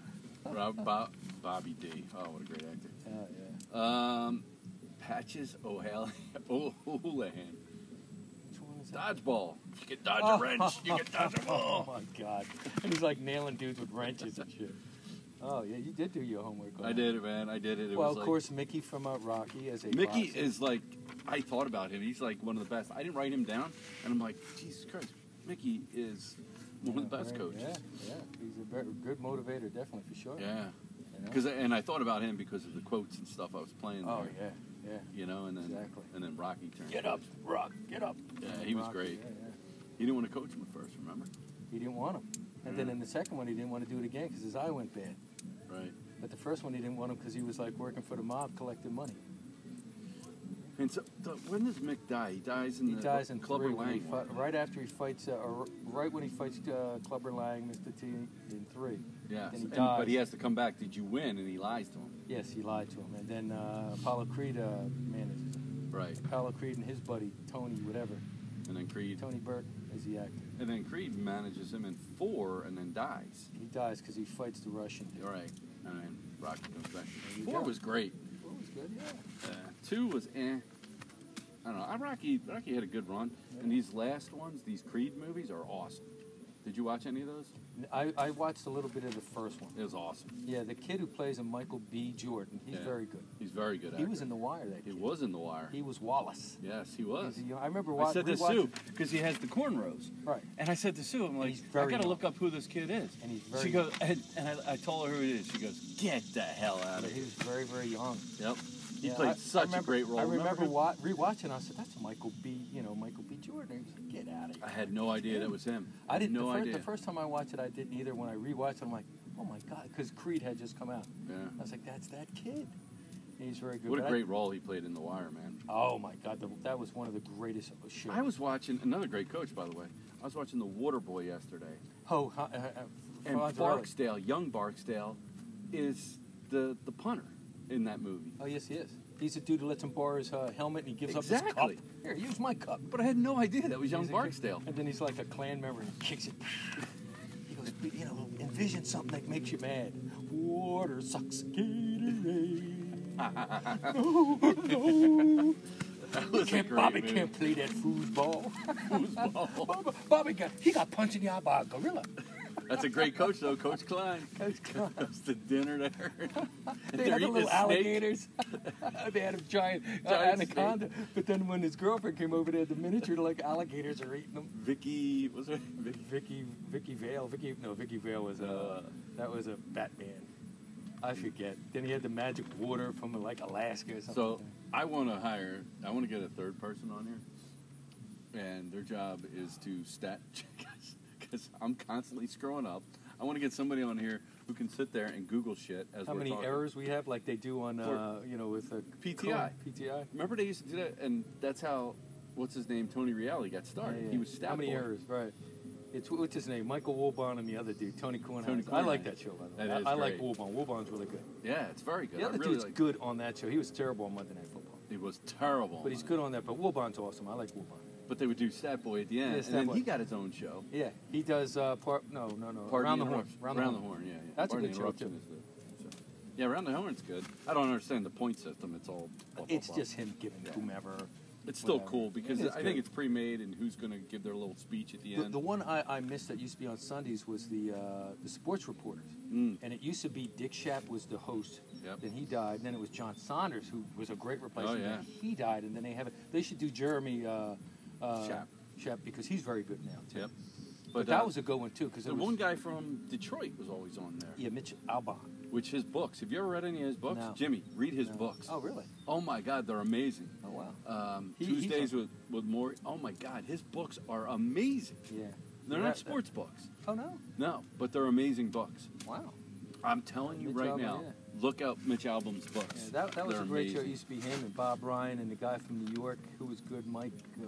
S2: Rob, Bob, Bobby D. Oh, what a great actor.
S3: Oh, yeah.
S2: Um, Patches O'Hall- O'Houlihan.
S3: Which one is that?
S2: Dodgeball. You can dodge a wrench. You can dodge a
S3: Oh
S2: ball.
S3: my god. And he's like nailing dudes with wrenches and shit. Oh yeah, you did do your homework. on
S2: I
S3: that.
S2: did it, man. I did it. it
S3: well, of
S2: was like,
S3: course, Mickey from uh, Rocky as a
S2: Mickey
S3: boxer.
S2: is like, I thought about him. He's like one of the best. I didn't write him down, and I'm like, Jesus Christ, Mickey is one of the
S3: Yeah,
S2: best
S3: right,
S2: coaches.
S3: Yeah, yeah, he's a very good motivator, definitely for sure.
S2: Yeah.
S3: Yeah. you know?
S2: Because and I thought about him because of the quotes and stuff I was playing.
S3: Oh,
S2: there,
S3: yeah, yeah.
S2: You know, and then
S3: Exactly.
S2: and then Rocky turned.
S3: Get up, Rock, get up.
S2: Yeah, he was
S3: Rocky,
S2: great.
S3: yeah, yeah.
S2: He didn't want to coach him at first, remember?
S3: He didn't want him. And then
S2: Yeah.
S3: in the second one, he didn't want to do it again because his eye went bad.
S2: Right.
S3: But the first one, he didn't want him because he was like working for the mob, collecting money.
S2: And so, so when does Mick die? He dies in
S3: He
S2: the
S3: dies in
S2: Clubber
S3: three when he
S2: Lang.
S3: fight, right after he fights, uh, or right when he fights uh, Clubber Lang, Mr. T in three.
S2: Yes,
S3: Then he
S2: and-
S3: dies.
S2: but he has to come back. Did you win? And he lies to him.
S3: Yes, he lied to him, and then uh, Apollo Creed uh, manages. him.
S2: Right.
S3: Apollo Creed and his buddy Tony, whatever
S2: And then Creed.
S3: Tony Burke, is the actor.
S2: And then Creed manages him in four, and then dies.
S3: He dies because he fights the Russian. dude.
S2: All right. And then Rocky comes back.
S3: you
S2: Four
S3: go.
S2: was great.
S3: Well, it was good, yeah.
S2: Uh, two was eh. I don't know. I, Rocky Rocky had a good run, and these last ones, these Creed movies, are awesome. Did you watch any of those?
S3: I, I watched a little bit of the first one.
S2: It was awesome.
S3: Yeah, the kid who plays him, Michael B. Jordan, he's
S2: Yeah.
S3: very good.
S2: He's very good.
S3: He
S2: Actor.
S3: was in The Wire that
S2: He
S3: kid.
S2: was in The Wire.
S3: He was Wallace.
S2: yes, he was.
S3: He's a young- I remember
S4: I
S3: watching.
S4: said this Sue because he has the cornrows.
S3: Right.
S4: And I said to Sue, I'm like,
S3: he's
S4: I
S3: very
S4: gotta
S3: young.
S4: look up who this kid is.
S3: And he's very
S4: she goes, and, and I, I told her who it is. She goes, get the hell out of
S3: He
S4: here.
S3: was very, very young.
S2: Yep. He
S3: Yeah,
S2: played
S3: I- I
S2: such
S3: remember-
S2: a great role.
S3: I remember
S2: him?
S3: wa- rewatching. I said, "That's Michael B. You know, Michael B. Jordan." I said, Get out of here.
S2: I had no idea that was him.
S3: I didn't.
S2: No
S3: the, first,
S2: idea.
S3: the first time I watched it, I didn't either. When I rewatched it, I'm like, "Oh my god!" Because Creed had just come out.
S2: yeah.
S3: I was like, "That's that kid." He's very good.
S2: What a
S3: but I-
S2: great role he played in The Wire, man.
S3: oh my god! The, that was one of the greatest shows.
S2: I was watching another great coach, by the way. I was watching The Water Boy yesterday,
S3: Oh, huh, uh, uh,
S2: and
S3: Fonzarelli.
S2: Barksdale, young Barksdale, is the the punter in that movie.
S3: Oh yes, he is. He's a dude who lets him borrow his uh, helmet and he gives up
S2: Exactly.
S3: his cup. Here, use my cup.
S2: But I had no idea that was young
S3: He's a-
S2: Barksdale.
S3: And then he's like a clan member and he kicks it. He goes, "But, you know, envision something that makes you mad. Water sucks Gatorade. no, no.
S2: That was a
S3: Can't-
S2: great
S3: Bobby
S2: movie.
S3: can't play that foosball. Bobby, Bobby got he got punched in the eye by a gorilla.
S2: That's a great coach, though, Coach Klein.
S3: Coach Klein.
S2: Goes to dinner there.
S3: They had the
S2: eating a
S3: little
S2: snake.
S3: alligators. they had a giant, uh,
S2: Giant snake.
S3: anaconda. But then when his girlfriend came over, they had the miniature like alligators are eating them.
S2: Vicky, was her Vicky?
S3: Vicky, Vicky Vale, Vicky no, Vicky Vale was a that was a Batman. I forget. Then he had the magic water from like Alaska or something.
S2: So I want to hire. I want to get a third person on here, and their job is to stat check us because I'm constantly screwing up. I want to get somebody on here who can sit there and Google shit as
S3: how
S2: we're
S3: many
S2: talking.
S3: errors we have, like they do on uh, you know with a
S2: PTI.
S3: PTI.
S2: Remember they used to do that, and that's how what's his name Tony Reale got started.
S3: Yeah, yeah.
S2: He was stat
S3: how many
S2: boy.
S3: errors? Right. It's what's his name? Michael Woolbon and the other dude, Tony Kornheiser.
S2: Tony
S3: I like
S2: Kornheiser.
S3: that show by the way.
S2: That is
S3: I, I like
S2: great.
S3: Woolbon. Woolbon's really good.
S2: Yeah, it's very good.
S3: The
S2: I
S3: other
S2: really
S3: dude's
S2: like.
S3: good on that show. He was terrible on Monday Night Football,
S2: It was terrible,
S3: but he's good on that. But Woolbon's awesome. I like Woolbon.
S2: But they would do Stat Boy at the end,
S3: Yeah,
S2: and
S3: Stat
S2: then
S3: Boy.
S2: he got his own show.
S3: Yeah, he does. Uh, part, no, no, no.
S2: Pardon
S3: Round
S2: the
S3: the horn.
S2: Round the, horn. Yeah, yeah.
S3: That's a
S2: Pardon
S3: good
S2: the
S3: show,
S2: Interruption
S3: too.
S2: is the- so. Yeah, round the horn's good. I don't understand the point system. It's all. blah, blah,
S3: It's
S2: blah.
S3: just him giving whomever.
S2: It's still
S3: whatever.
S2: cool because
S3: It is
S2: I think
S3: good.
S2: it's pre-made and who's going to give their little speech at the
S3: The,
S2: end.
S3: the one I, I missed that used to be on Sundays was the uh, the sports reporters,
S2: Mm.
S3: and it used to be Dick Shapp was the host.
S2: Yep.
S3: Then he died. Then it was John Saunders who was a great replacement.
S2: Oh, yeah.
S3: Then He died, and then they have it. They should do Jeremy uh, uh,
S2: Shapp.
S3: Shapp because he's very good now. Too.
S2: Yep.
S3: But,
S2: But,
S3: that
S2: uh,
S3: was a good one too because
S2: the one guy from Detroit was always on there.
S3: Yeah, Mitch Albon.
S2: Which his books. Have you ever read any of his books?
S3: No.
S2: Jimmy, read his
S3: No.
S2: books.
S3: Oh really?
S2: Oh my God, they're amazing.
S3: Oh wow.
S2: Um,
S3: He- he's
S2: Tuesdays
S3: a-
S2: with with Maury. Oh my God, his books are amazing.
S3: Yeah. That-
S2: They're not
S3: that-
S2: sports books.
S3: Oh no.
S2: No, but they're amazing books.
S3: Wow.
S2: I'm telling you
S3: Mitch
S2: right
S3: Albom,
S2: now,
S3: yeah.
S2: look out Mitch Albom's books.
S3: Yeah, that, that was
S2: They're
S3: a great show. It
S2: amazing.
S3: used to be him and Bob Ryan and the guy from New York who was good, Mike. Uh,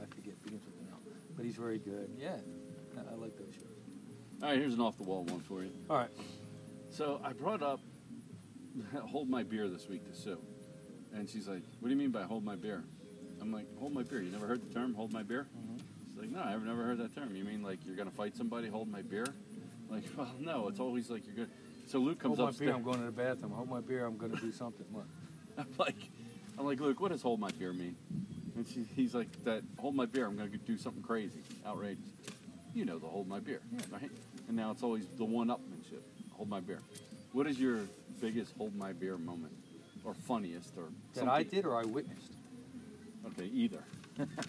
S3: I forget, begins with an L, but he's very good. Yeah, I, I like those shows.
S2: All right, here's an off the wall one for you.
S3: All right,
S2: So I brought up hold my beer this week to Sue, and she's like, "What do you mean by hold my beer?" I'm like, "Hold my beer. You never heard the term hold my beer?"
S3: Mm-hmm.
S2: She's like, "No, I've never heard that term. You mean like you're gonna fight somebody? Hold my beer?" I'm like, well, no. It's always like you're good. So Luke comes
S3: hold my
S2: up.
S3: beer. I'm going to the bathroom. Hold my beer. I'm going to do something. What?
S2: I'm like, I'm like, Luke, what does hold my beer mean? And she, he's like, that hold my beer, I'm gonna do something crazy, outrageous. You know the hold my beer, right? And now it's always the one-upmanship. Hold my beer. What is your biggest hold my beer moment, or funniest, or
S3: That I
S2: something-
S3: did or I witnessed?
S2: Okay, either.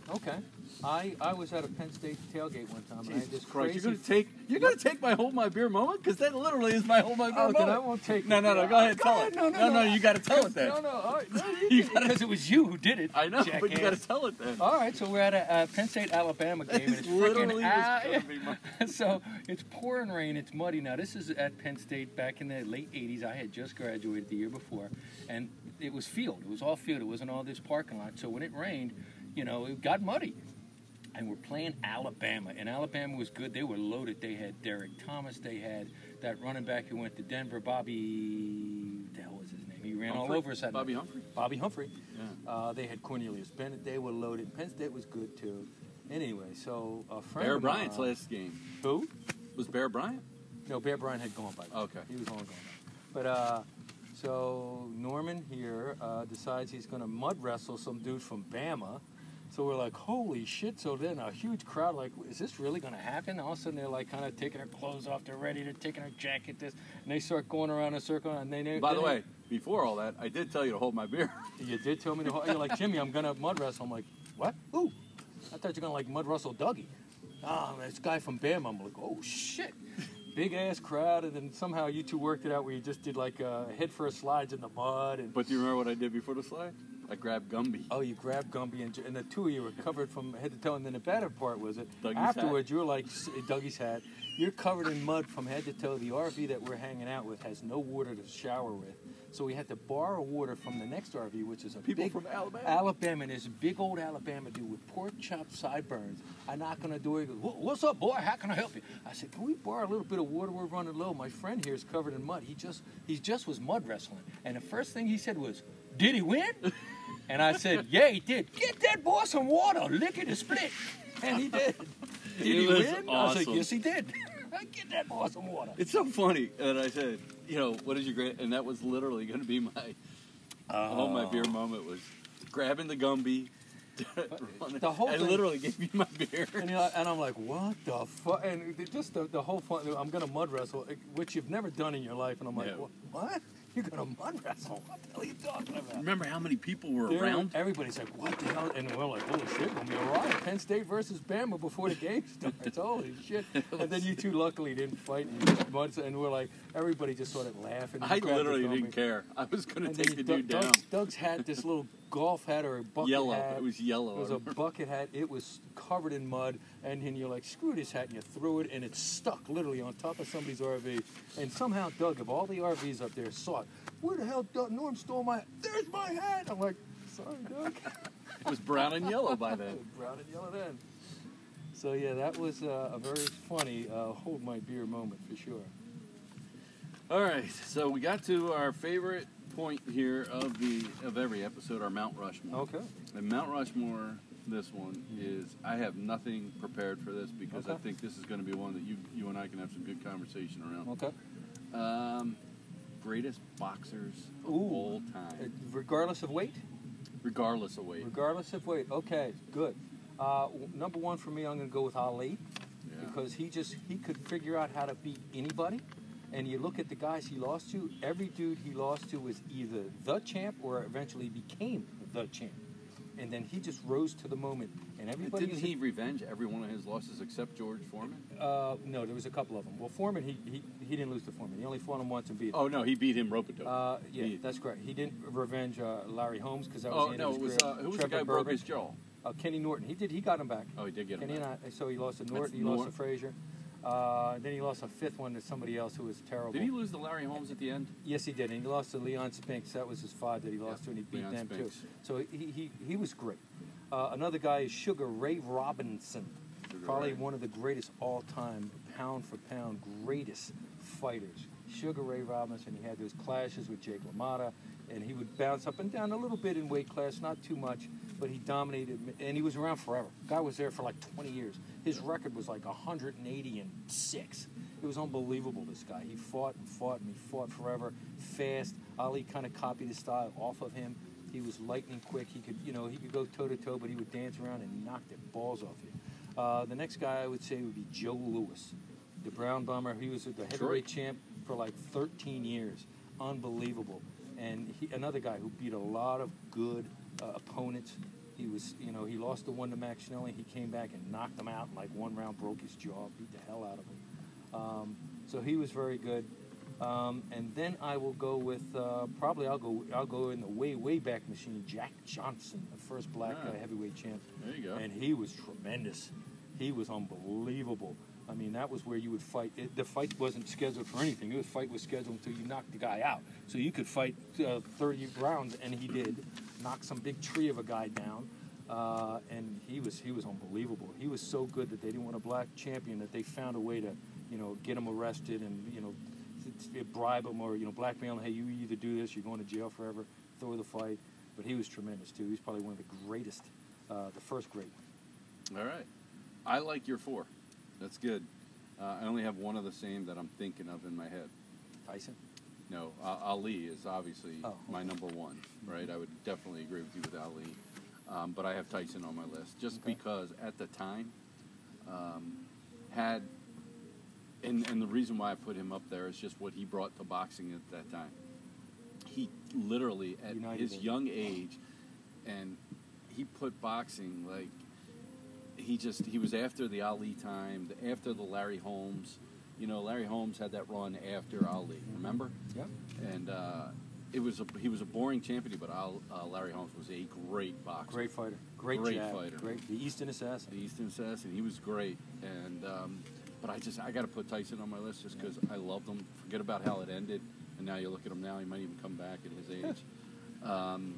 S3: Okay. I, I was at a Penn State tailgate one time. and I had this
S2: Jesus Christ!
S3: crazy
S2: You're gonna take you're gonna take my hold my beer moment because that literally is my hold my beer
S3: Oh,
S2: moment.
S3: then I won't take
S2: No,
S3: it.
S2: no, no. Go ahead, tell it.
S3: no, no, no.
S2: You got to tell it then.
S3: No, no, all right. No, you
S2: You
S3: can-
S2: gotta-
S3: because it was you who did it.
S2: I know, but you got
S3: jackass.
S2: to tell it then.
S3: All right, so we're at a uh, Penn State Alabama game, and it's freaking
S2: literally was
S3: out.
S2: gonna be my-
S3: so it's pouring rain, it's muddy. Now this is at Penn State back in the late '80s. I had just graduated the year before, and it was field. It was all field. It wasn't all this parking lot. So when it rained, you know, it got muddy. And we're playing Alabama, and Alabama was good. They were loaded. They had Derek Thomas. They had that running back who went to Denver, Bobby. What the hell was his name? He ran all
S2: Humphrey?
S3: over us. that
S2: Bobby
S3: night.
S2: Humphrey?
S3: Bobby Humphrey.
S2: Yeah.
S3: Uh, they had Cornelius Bennett. They were loaded. Penn State was good too. Anyway, so a friend
S2: Bear
S3: of
S2: Bryant's
S3: mine-
S2: last game
S3: Who?
S2: was Bear Bryant.
S3: No, Bear Bryant had gone by. then.
S2: Okay.
S3: He was long gone. by. But uh, so Norman here uh, decides he's going to mud wrestle some dude from Bama. So we're like, holy shit! So then a huge crowd, like, is this really going to happen? All of a sudden they're like, kind of taking their clothes off. They're ready. They're taking their jacket. This, and they start going around in a circle. And they, they
S2: By the
S3: they-
S2: way, before all that, I did tell you to hold my beer.
S3: You did tell me to. You're like Jimmy. I'm gonna mud wrestle. I'm like, what? Ooh, I thought you're gonna like mud wrestle Dougie. Ah, this guy from Bam. I'm like, oh shit. Big ass crowd, and then somehow you two worked it out where you just did like uh, head first slides in the mud, and
S2: But do you remember what I did before the slide? I grabbed Gumby.
S3: oh, you grabbed Gumby, and, and the two of you were covered from head to toe. And then the better part was it
S2: Dougie's hat.
S3: afterwards you were like s- Dougie's hat. You're covered in mud from head to toe. The RV that we're hanging out with has no water to shower with, so we had to borrow water from the next RV, which is a
S2: People
S3: big
S2: from Alabama.
S3: Alabama, this big old Alabama dude with pork chop sideburns. I knock on the door. He goes, "Wha- "What's up, boy? How can I help you?" I said, "Can we borrow a little bit of water? We're running low. My friend here is covered in mud. He just he just was mud wrestling." And the first thing he said was, "Did he win?" And I said, "Yeah, he did. Get that boy some water. Lick it and split." And he did. Did
S2: It
S3: he
S2: was
S3: win? I was like,
S2: awesome.
S3: "Yes, he did." Get that boy some water.
S2: It's so funny. And I said, you know, what is your great? And that was literally going to be my
S3: Oh.
S2: hold my beer moment was grabbing the Gumby. running-
S3: The whole
S2: I
S3: thing-
S2: literally gave you my beer.
S3: And, you're like- and I'm like, what the fuck? And it- just the, the whole fun, I'm going to mud wrestle, which you've never done in your life. And I'm like,
S2: No.
S3: "Wha- what? You're going to mud wrestle? What the hell are you talking about?
S2: Remember how many people were
S3: Dude,
S2: around?
S3: Everybody's like, what the hell? And we're like, holy shit, we'll be all right. Penn State versus Bama before the game starts. holy shit. And then you two luckily didn't fight. And, you mud- and we're like, everybody just started laughing.
S2: I
S3: You grabbed the
S2: literally
S3: gummy.
S2: didn't care. I was going to
S3: And then
S2: take the
S3: Doug-
S2: dude down.
S3: Doug's, Doug's hat, this little golf hat or a bucket
S2: Yellow.
S3: hat.
S2: It was yellow.
S3: It was a bucket hat. It was covered in mud, and then you're like, screw this hat, and you threw it, and it stuck literally on top of somebody's RV. And somehow Doug, of all the RVs up there, saw it. Where the hell Doug, Norm stole my? There's my hat. I'm like, sorry, Doug.
S2: It was brown and yellow by then.
S3: Brown and yellow then. So yeah, that was uh, a very funny uh, hold my beer moment for sure.
S2: All right, so we got to our favorite point here of the of every episode, our Mount Rushmore.
S3: Okay.
S2: And Mount Rushmore, this one is. I have nothing prepared for this because I
S3: Okay.
S2: think this is going to be one that you you and I can have some good conversation around.
S3: Okay.
S2: Um, greatest boxers of
S3: Ooh.
S2: all
S3: Uh,
S2: time,
S3: regardless of weight.
S2: regardless of weight.
S3: Regardless of weight. Okay, good. Uh, w- number one for me, I'm going to go with Ali
S2: Yeah.
S3: because he just he could figure out how to beat anybody. And you look at the guys he lost to. Every dude he lost to was either the champ or eventually became the champ. And then he just rose to the moment. And everybody
S2: Didn't he revenge every one of his losses except George Foreman?
S3: Uh, no, there was a couple of them. Well, Foreman, he, he he didn't lose to Foreman. He only fought him once and beat him.
S2: Oh no, he beat him rope a
S3: Uh, yeah,
S2: He-
S3: that's correct. He didn't revenge uh, Larry Holmes because that was
S2: Oh
S3: the end
S2: no,
S3: of
S2: it
S3: his
S2: was
S3: career.
S2: uh, who was the
S3: Trevor
S2: guy who broke
S3: Burbick.
S2: his jaw?
S3: Uh, Kenny Norton. He did. He got him back.
S2: Oh, he did get him.
S3: Kenny
S2: back.
S3: and I, so he lost to
S2: That's
S3: Norton, he
S2: Nort-
S3: lost to Frazier. Uh, then he lost a fifth one to somebody else who was terrible.
S2: Did he lose to Larry Holmes at the end?
S3: yes, he did. And he lost to Leon Spinks. That was his five that he lost to, and he beat
S2: Leon
S3: them
S2: Spinks.
S3: too. So he, he, he was great. Uh, another guy is Sugar Ray Robinson.
S2: Sugar
S3: probably
S2: Ray.
S3: one of the greatest all time, pound for pound, greatest fighters. Sugar Ray Robinson. He had those clashes with Jake LaMotta, and he would bounce up and down a little bit in weight class, not too much, but he dominated, and he was around forever. Guy was there for like 20 years. His record was like 180 and six. It was unbelievable. This guy. He fought and fought and he fought forever, fast. Ali kind of copied his style off of him. He was lightning quick. He could, you know, he could go toe to toe, but he would dance around and knock the balls off you. Uh, the next guy I would say would be Joe Lewis, the Brown Bomber. He was the heavyweight champ for like 13 years. Unbelievable. And he, another guy who beat a lot of good uh, opponents. He He was, you know, he lost the one to Max Schnelling. He came back and knocked him out in like one round, broke his jaw, beat the hell out of him. Um, so he was very good. Um, and then I will go with uh, probably I'll go I'll go in the way way back machine Jack Johnson, the first black
S2: Ah.
S3: uh, heavyweight champ.
S2: There you go.
S3: And he was tremendous. He was unbelievable. I mean, that was where you would fight. It, the fight wasn't scheduled for anything. The fight was scheduled until you knocked the guy out. So you could fight uh, 30 rounds, and he did. Knock some big tree of a guy down. Uh, and he was he was unbelievable. He was so good that they didn't want a black champion that they found a way to, you know, get him arrested and you know, t- t- bribe him or you know blackmail him. Hey, you either do this, you're going to jail forever. Throw the fight. But he was tremendous too. He was probably one of the greatest, uh, the first great.
S2: All right. I like your four. That's good. Uh, I only have one of the same that I'm thinking of in my head.
S3: Tyson?
S2: No, uh, Ali is obviously
S3: Oh,
S2: my number one, right? I would definitely agree with you with Ali. Um, but I have Tyson on my list just because at the time, um, had, and, and the reason why I put him up there is just what he brought to boxing at that time. He literally, at
S3: United
S2: his
S3: him.
S2: young age, and he put boxing like he just he was after the Ali time, the- after the Larry Holmes. You know, Larry Holmes had that run after Ali. Remember?
S3: Yep.
S2: And uh, it was a, he was a boring champion, but Al, uh, Larry Holmes was a great boxer,
S3: Great fighter. Great,
S2: Great
S3: jab.
S2: fighter.
S3: Great. The Eastern Assassin.
S2: The Eastern Assassin. He was great. And um, but I just I got to put Tyson on my list just because I loved him. Forget about how it ended, and now you look at him now. He might even come back at his age. um,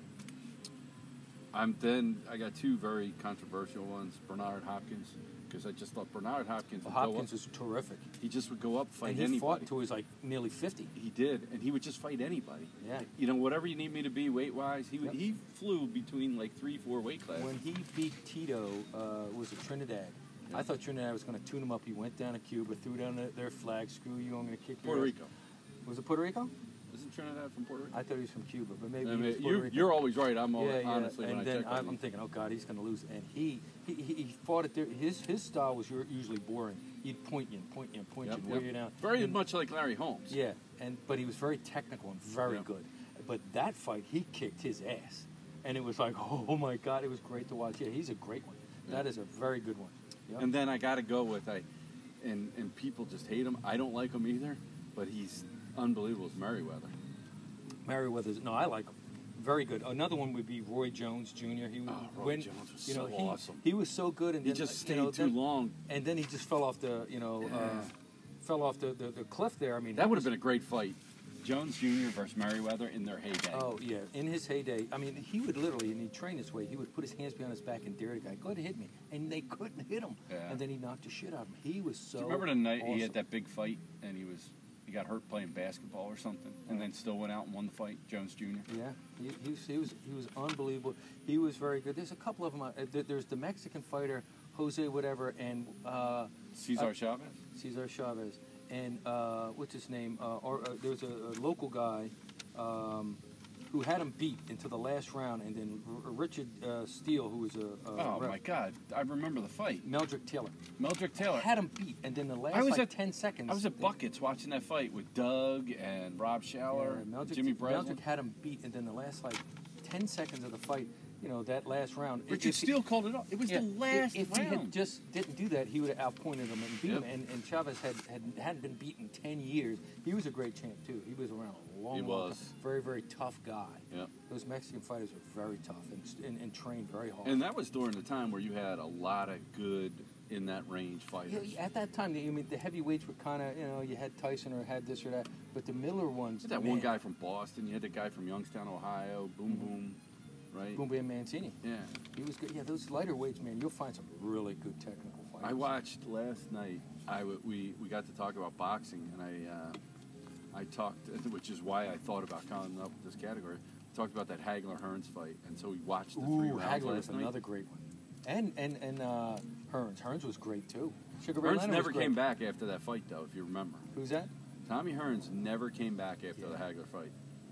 S2: I'm then I got two very controversial ones: Bernard Hopkins, because I just thought Bernard Hopkins.
S3: Well,
S2: would go
S3: Hopkins
S2: up,
S3: was terrific.
S2: he just would go up fight
S3: and he
S2: anybody.
S3: fought until he was like nearly 50.
S2: He did, and he would just fight anybody.
S3: Yeah.
S2: You know, whatever you need me to be weight wise, he
S3: Yep.
S2: he flew between like three, four weight classes.
S3: When he beat Tito, uh, was it Trinidad? I thought Trinidad was going to tune him up. He went down to Cuba, threw down their, their flag. Screw you! I'm going to kick your
S2: Puerto
S3: ass."
S2: Rico.
S3: Was it Puerto Rico?
S2: Isn't Trinidad from Puerto Rico?
S3: I thought he was from Cuba, but maybe
S2: I
S3: he
S2: mean,
S3: was
S2: you-
S3: Puerto Rico.
S2: you're always right. I'm al-
S3: yeah, yeah.
S2: honestly, when
S3: And
S2: I
S3: then
S2: check on
S3: I'm, I'm
S2: these.
S3: thinking, oh God, he's going to lose. And he he, he he fought it there. His his style was u- usually boring. He'd point you and point you and point
S2: Yep,
S3: you and wear
S2: yep.
S3: you down.
S2: Very
S3: And-
S2: much like Larry Holmes.
S3: Yeah, and but he was very technical and very
S2: Yeah.
S3: good. But that fight, he kicked his ass, and it was like, oh my God, it was great to watch. Yeah, he's a great one. That
S2: Yeah.
S3: is a very good one. Yep.
S2: And then I got to go with I, and and people just hate him. I don't like him either, but he's unbelievable. Is Merriweather?
S3: Merriweather's. No, I like him. Very good. Another one would be Roy Jones Jr. He was
S2: Oh, Roy
S3: when
S2: Jones was
S3: you know
S2: so
S3: he,
S2: awesome.
S3: he was so good, and
S2: He
S3: then,
S2: just
S3: uh,
S2: stayed
S3: you know,
S2: too
S3: then-
S2: long.
S3: and then he just fell off the you know uh, fell off the, the, the cliff there. I mean
S2: That
S3: he
S2: would have
S3: was-
S2: been a great fight. Jones Jr. versus Merriweather in their heyday.
S3: Oh yeah, in his heyday, I mean, he would literally, and he trained this way. He would put his hands behind his back and dare the guy, "Go ahead, hit me," and they couldn't hit him.
S4: Yeah.
S3: And then he knocked the shit out of him. He was so.
S4: Do you remember the night he
S3: awesome.
S4: had that big fight and he was he got hurt playing basketball or something and then still went out and won the fight, Jones Jr.
S3: Yeah, he, he, was, he was he was unbelievable. He was very good. There's a couple of them. Uh, there, there's the Mexican fighter Jose whatever and uh,
S4: Cesar
S3: uh,
S4: Chavez.
S3: Cesar Chavez and uh, what's his name? Uh, or uh, there's a, a local guy um, who had him beat into the last round, and then R- Richard uh, Steele, who was a, a
S4: Oh
S3: ref-
S4: my God, I remember the fight.
S3: Meldrick Taylor.
S4: Meldrick Taylor.
S3: had him beat, and then the last
S4: I was
S3: like
S4: at-
S3: ten seconds.
S4: I was at
S3: they-
S4: Buckets watching that fight with Doug and Rob
S3: yeah,
S4: Schauer,
S3: Meldrick-
S4: Jimmy
S3: Meldrick
S4: Breslin.
S3: had him beat, and then the last like ten seconds of the fight, you know, that last round. if-
S4: Richard
S3: if he-
S4: Steele called it off. It was
S3: yeah,
S4: the
S3: if-
S4: last
S3: If he had
S4: round.
S3: just didn't do that, he would have outpointed him and beat
S2: Yep.
S3: him. And, and Chavez had, had hadn't been beaten ten years. He was a great champ too. He was around a long,
S2: He
S3: long
S2: was.
S3: time. very, very tough guy.
S2: Yep.
S3: Those Mexican fighters are very tough and, and, and trained very hard.
S2: And that was during the time where you had a lot of good in that range
S3: Yeah,
S2: fighters.
S3: yeah, at that time, I mean, the heavyweights were kind of, you know, you had Tyson or had this or that, but the Miller ones.
S2: You had that
S3: man,
S2: one
S3: Mm-hmm.
S2: guy from Boston. You had the guy from Youngstown, Ohio. Boom, boom, right?
S3: Boom Bam Mancini.
S2: Yeah.
S3: He was good. Yeah, those lighter weights, man, you'll find some really good technical fighters.
S2: I watched last night. I w- we we got to talk about boxing, and I uh, I talked, which is why I thought about coming up with this category. Talked about that Hagler Hearns fight, and so we watched the three
S3: Ooh,
S2: rounds
S3: Hagler was
S2: last night.
S3: another great one. And and and uh, Hearns. Hearns was great too. Sugar Ray
S2: Hearns
S3: Leonard
S2: never
S3: was great.
S2: came back after that fight, though, if you remember.
S3: Who's that?
S2: Tommy Hearns never came back after the
S3: Yeah.
S2: Hagler fight.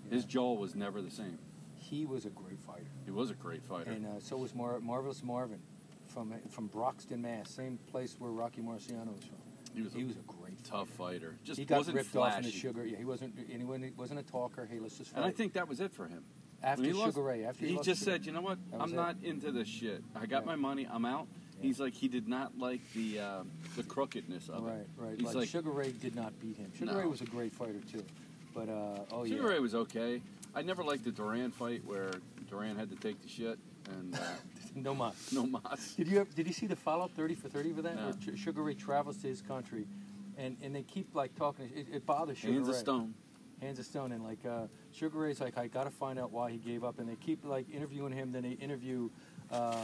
S2: His jaw was never the same.
S3: He was a great fighter.
S2: He was a great fighter.
S3: And uh, so was Mar- Marvelous Marvin from from Broxton, Mass. Same place where Rocky Marciano was from.
S2: he was a
S3: He was a great fighter.
S2: tough fighter. Just
S3: he got
S2: wasn't
S3: ripped
S2: flashy.
S3: off in the sugar. Yeah, he wasn't. Anyone he wasn't a talker. Hey, let's just fight.
S2: And I think that was it for him.
S3: After
S2: When he
S3: Sugar
S2: lost-
S3: Ray, after he lost
S2: just
S3: Sugar
S2: said, you know what,
S3: That was
S2: I'm
S3: it.
S2: not into this shit. I got
S3: Yeah.
S2: my money. I'm out. He's like, he did not like the um, the crookedness of
S3: Right,
S2: it.
S3: right.
S2: He's
S3: like,
S2: like,
S3: Sugar Ray did not beat him. Sugar
S2: No.
S3: Ray was a great fighter too, but uh, oh
S2: Sugar
S3: yeah,
S2: Ray was okay. I never liked the Duran fight where Duran had to take the shit and uh,
S3: no mas,
S2: no mas.
S3: Did you ever, did you see the follow up thirty for thirty for that?
S2: No.
S3: Where Ch- Sugar Ray travels to his country, and, and they keep like talking. It, it bothers Sugar
S2: Hands
S3: Ray.
S2: of stone.
S3: Hands of stone, and like uh, Sugar Ray's like, I gotta find out why he gave up, and they keep like interviewing him. Then they interview, uh,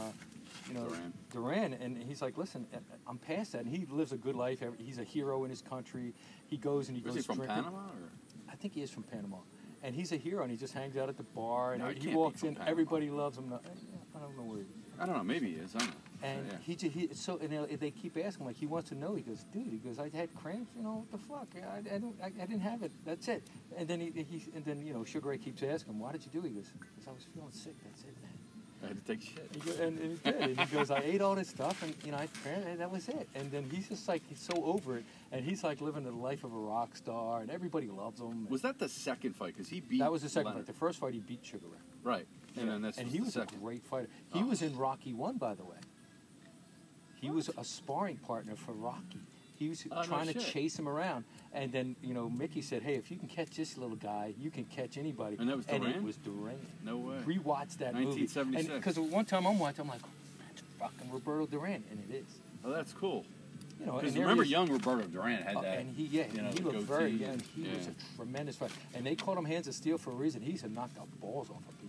S3: you know,
S2: Duran.
S3: Duran, and he's like, listen, I- I'm past that. And he lives a good life. Every- He's a hero in his country. He goes and he
S2: Was
S3: goes
S2: he from
S3: drinking.
S2: Panama or?
S3: I think he is from Panama, and he's a hero. And he just hangs out at the bar, and
S2: No, he
S3: he,
S2: can't be
S3: walks
S2: from
S3: in.
S2: Panama.
S3: Everybody loves him. No, eh, I don't know where. He
S2: I don't know. Maybe he is. I don't know.
S3: and
S2: yeah.
S3: he, ju- he so and they- they keep asking like he wants to know. He goes, dude. He goes, I had cramps. You know what the fuck? I, I don't. I, I didn't have it. That's it. And then he, he and then you know Sugar Ray keeps asking, him, why did you do? it? He goes, because I was feeling sick. That's it, man.
S2: I had to take shit.
S3: He go, and, and he did. And he goes, I ate all this stuff, and you know, I, and that was it. And then he's just like he's so over it, and he's like living the life of a rock star, and everybody loves him.
S2: Was that the second fight? Because he beat.
S3: that was the second
S2: Leonard.
S3: fight. The first fight, he beat Sugar Ray.
S2: Right. And then that's
S3: and he
S2: the
S3: was
S2: second. Oh.
S3: a great fighter. He was in Rocky One, by the way. He was a sparring partner for Rocky. He was
S2: Oh, no
S3: trying to
S2: shit.
S3: chase him around, and then you know Mickey said, "Hey, if you can catch this little guy, you can catch anybody."
S2: And that was
S3: it
S2: Duran?
S3: was Duran.
S2: No way.
S3: Rewatch that movie.
S2: 1976.
S3: Because one time I'm watching, I'm like, "That's fucking Roberto Duran," and it is.
S2: Oh, that's cool.
S3: You know,
S2: Because
S3: Oh, and there
S2: remember,
S3: he is.
S2: young Roberto Duran had
S3: Uh,
S2: that.
S3: and he, yeah,
S2: you know,
S3: he
S2: the
S3: looked very
S2: goatee.
S3: young. He was
S2: Yeah.
S3: a tremendous fighter, and they called him Hands of Steel for a reason. He used to knock the balls off of people.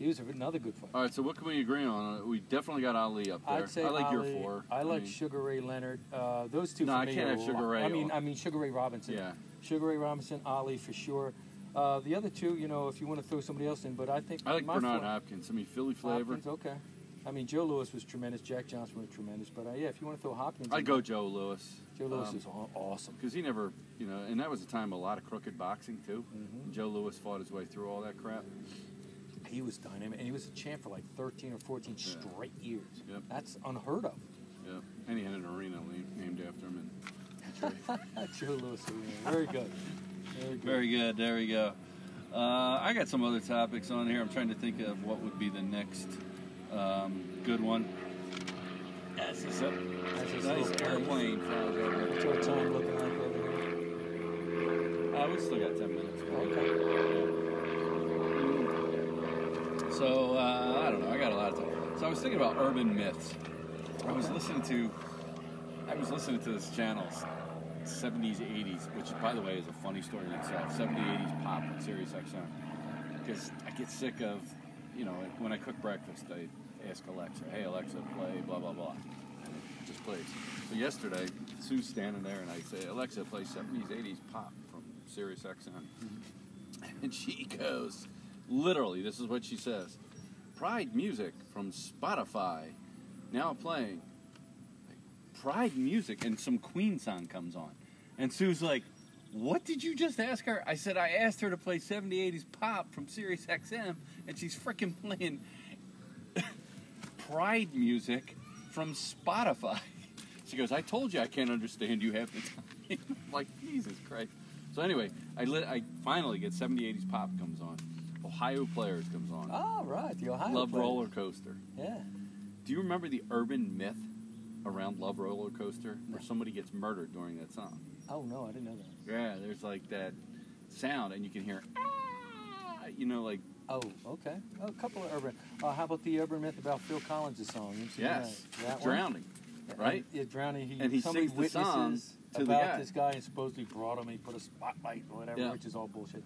S3: He was another good fighter.
S2: All right, so what can we agree on? Uh, We definitely got Ali up there.
S3: I'd say
S2: I like
S3: Ali,
S2: your four.
S3: I like
S2: mean,
S3: Sugar Ray Leonard. Uh, those two
S2: No,
S3: for
S2: I
S3: me.
S2: can't
S3: are
S2: have Sugar
S3: lo-
S2: Ray
S3: I mean,
S2: or-
S3: I mean Sugar Ray Robinson.
S2: Yeah.
S3: Sugar Ray Robinson, Ali for sure. Uh, the other two, you know, if you want to throw somebody else in, but I think
S2: I like
S3: my
S2: Bernard
S3: four-
S2: Hopkins. I mean, Philly flavor.
S3: Hopkins, okay. I mean, Joe Lewis was tremendous. Jack Johnson was tremendous. But uh, yeah, if you want to throw Hopkins,
S2: I'd
S3: in,
S2: go um, Joe Lewis.
S3: Joe Lewis is aw- awesome.
S2: Because he never, you know, and that was a time a lot of crooked boxing, too.
S4: Mm-hmm.
S2: Joe Lewis fought his way through all that crap.
S3: He was dynamic, and he was a champ for like 13 or 14
S2: Yeah.
S3: straight years.
S2: Yep.
S3: That's unheard of.
S2: Yeah. And he had an arena le- named after him. And
S3: Joe Lewis, yeah, very good. Very good.
S4: Very good. There we go. Uh, I got some other topics on here. I'm trying to think of what would be the next um, good one. That's a
S3: That's just
S4: nice
S3: little
S4: airplane. flies over.
S3: What's our time looking like over here?
S4: Uh, we still got 10 minutes.
S3: Okay.
S4: So uh, I don't know. I got a lot of time. So I was thinking about urban myths. I was listening to, I was listening to this channel, 70s, 80s, which by the way is a funny story in itself. 70s, 80s pop on Sirius XM, because I get sick of, you know, like, when I cook breakfast, I ask Alexa, "Hey Alexa, play blah blah blah," and it just plays. So yesterday, Sue's standing there, and I say, "Alexa, play 70s, 80s pop from Sirius XM." And she goes, literally, this is what she says Pride music from Spotify now playing. Like, Pride music, and some Queen song comes on. And Sue's like, What did you just ask her? I said, I asked her to play 70 80s pop from Sirius XM, and she's freaking playing Pride music from Spotify. She goes, I told you I can't understand you half the time. I'm like, Jesus Christ. So anyway, I lit, I finally get 70 80s pop comes on. Ohio Players comes on.
S3: All right, the Ohio.
S4: Love
S3: play.
S4: Roller Coaster.
S3: Yeah.
S2: Do you remember the urban myth around Love Roller Coaster
S3: No.
S2: where somebody gets murdered during that song?
S3: Oh no, I didn't know that.
S2: Yeah, there's like that sound, and you can hear, "Ah," you know, like,
S3: Oh, okay. Oh, a couple of urban. Uh, how about the urban myth about Phil Collins' song? MC
S2: yes,
S3: Night? That one?
S2: drowning,
S3: And,
S2: right?
S3: yeah, drowning. He,
S2: And he
S3: somebody
S2: sings the song
S3: witnesses
S2: to the
S3: about
S2: guy.
S3: this guy and supposedly brought him. He put a spotlight or whatever,
S2: Yeah.
S3: which is all bullshit.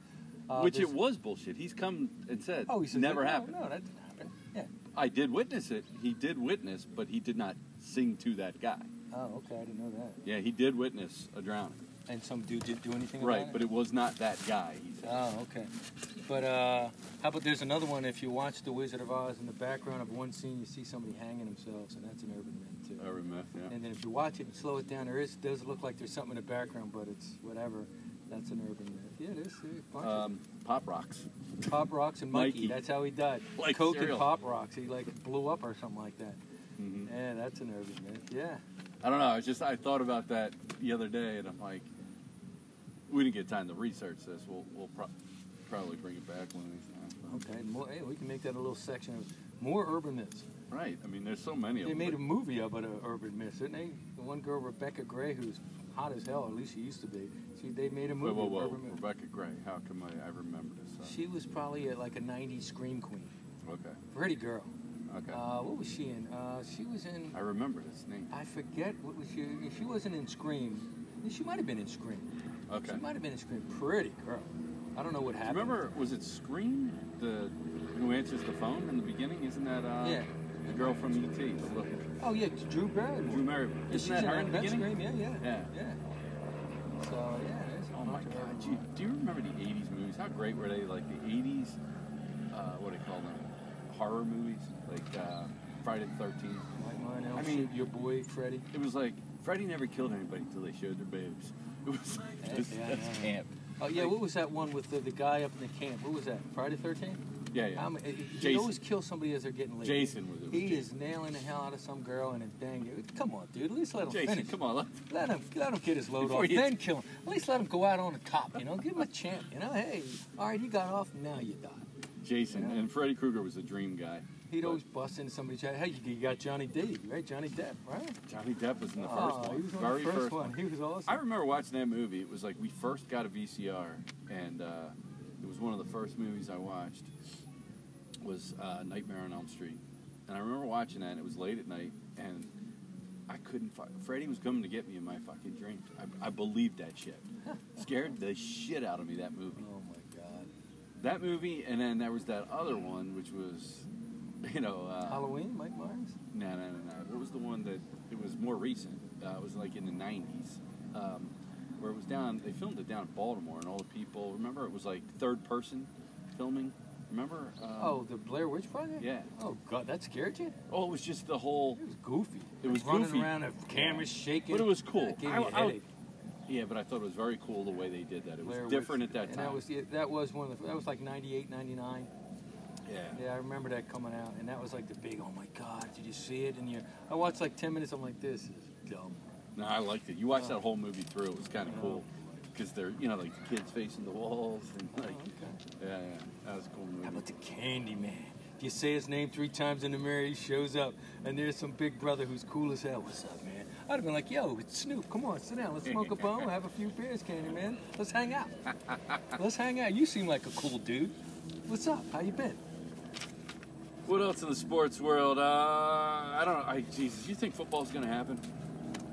S3: Uh,
S2: Which
S3: there's-
S2: it was bullshit. He's come and said,
S3: Oh, he says,
S2: never
S3: no,
S2: happened.
S3: No, that didn't happen. Yeah.
S2: I did witness it. He did witness, but he did not sing to that guy.
S3: Oh, okay. I didn't know that.
S2: Yeah, he did witness a drowning.
S3: And some dude didn't do anything
S2: Right,
S3: about
S2: but it was not that guy. He said.
S3: Oh, okay. But uh, how about there's another one? If you watch The Wizard of Oz, in the background of one scene, you see somebody hanging themselves, and that's an urban myth too.
S2: Urban myth, Oh, yeah.
S3: And then if you watch it and slow it down, there is does look like there's something in the background, but it's whatever. That's an urban myth. Yeah, there's a bunch of
S2: Um, pop rocks.
S3: Pop Rocks and Mikey.
S2: Mikey.
S3: That's how he died.
S2: Like
S3: Coke
S2: cereal.
S3: and Pop Rocks. He like blew up or something like that.
S2: Mhm.
S3: Yeah, that's an urban myth. Yeah.
S2: I don't know. I was just I thought about that the other day, and I'm like, we didn't get time to research this. We'll we'll pro- probably bring it back one of these times.
S3: Okay, more, hey, we can make that a little section of more urban myths.
S2: Right. I mean, there's so many of
S3: They
S2: them.
S3: made a movie about an urban myth, didn't they? The one girl, Rebecca Gray, who's hot as hell, at least she used to be. She, they made a
S2: Whoa,
S3: movie
S2: whoa,
S3: of
S2: whoa.
S3: urban myths.
S2: Rebecca Gray. How come I, I remember this?
S3: She was probably uh like a 90s scream queen.
S2: Okay.
S3: Pretty girl.
S2: Okay.
S3: Uh, what was she in? Uh, she was in.
S2: I remember this name.
S3: I forget what was she. She wasn't in Scream. She might have been in Scream.
S2: Okay.
S3: She might have been in Scream. Pretty girl. I don't know what
S2: Do you
S3: happened.
S2: remember, was it Scream? The who answers the phone in the beginning? Isn't that uh,
S3: Yeah.
S2: the girl from ET? The little
S3: Oh yeah, it's Drew Barrymore.
S2: Drew Barrymore.
S3: Yeah,
S2: Isn't
S3: she's in
S2: that her in
S3: Uncut
S2: the beginning?
S3: Scream. Yeah, yeah,
S2: Yeah.
S3: So yeah. there's a
S2: Oh my
S3: bunch of
S2: God!
S3: other
S2: Do you, do you remember the '80s movies? How great were they? Like the '80s, uh, what do they call them? Horror movies, like uh, Friday the 13th.
S3: Like mine, Elm
S2: I mean,
S3: Street, your boy Freddy.
S2: It was like Freddy never killed anybody until they showed their boobs. It was like
S3: Yeah,
S2: this,
S3: yeah,
S2: that's
S3: yeah.
S2: camp.
S3: Oh yeah,
S2: Like-
S3: what was that one with the, the guy up in the camp? What was that? Friday Thirteenth.
S2: Yeah, yeah.
S3: Um, he
S2: Jason.
S3: always kills somebody as they're getting laid.
S2: Jason was it.
S3: He is nailing the hell out of some girl and it's dang it. Come on, dude. At least let him
S2: Jason,
S3: finish.
S2: come on. let-
S3: Let him, let him get his load
S2: Before
S3: off,
S2: you-
S3: then kill him. At least let him go out on the top, you know. Give him a chance, you know. Hey, all right, he got off. Now you die.
S2: Jason and Freddy Krueger was a dream guy.
S3: He'd always bust into somebody's head. Hey, you, you got Johnny D, right? Johnny Depp, right?
S2: Johnny Depp was in the
S3: Oh,
S2: first one.
S3: he was on
S2: very
S3: the first, one. He was awesome.
S2: I remember watching that movie. It was like we first got a VCR, and uh, it was one of the first movies I watched. Was uh, Nightmare on Elm Street, and I remember watching that. and It was late at night, and I couldn't. Fi- Freddie was coming to get me in my fucking dreams. I, I believed that shit. Scared the shit out of me that movie.
S3: oh my God.
S2: That movie, and then there was that other one, which was, you know, uh,
S3: Halloween, Mike Myers.
S2: no, no, no, no. What was the one that it was more recent? Uh, it was like in the '90s, um, where it was down. They filmed it down in Baltimore, and all the people. Remember, it was like third person filming. Remember? Um,
S3: oh, the Blair Witch Project.
S2: yeah.
S3: Oh God, that scared you?
S2: Oh, it was just the whole.
S3: It was goofy.
S2: It was
S3: running
S2: goofy.
S3: around, the cameras shaking.
S2: But it was cool.
S3: That gave
S2: I-
S3: me a
S2: I-
S3: headache.
S2: Yeah, but I thought it was very cool the way they did that. It was
S3: Blair Witch.
S2: different at that
S3: And
S2: time.
S3: that was yeah, that was one of the that was like 98, 99.
S2: yeah.
S3: Yeah, I remember that coming out, and that was like the big. Oh my God, did you see it? And you, I watched like 10 minutes. I'm like, this is dumb.
S2: No, I liked it. You watched
S3: Oh.
S2: that whole movie through. It was kind of
S3: Yeah.
S2: cool because they're you know like the kids facing the walls and
S3: Oh,
S2: like
S3: okay.
S2: yeah, yeah. That was a cool
S3: How
S2: movie.
S3: about the candy man? If you say his name three times in the mirror, he shows up, and there's some big brother who's cool as hell. What's up, man? I'd have been like, yo, it's Snoop. Come on, sit down. Let's smoke a bone, have a few beers, candy man. Let's hang out. Let's hang out. You seem like a cool dude. What's up? How you been?
S2: What else in the sports world? Uh, I don't know. I, Jesus, you think football's going to happen?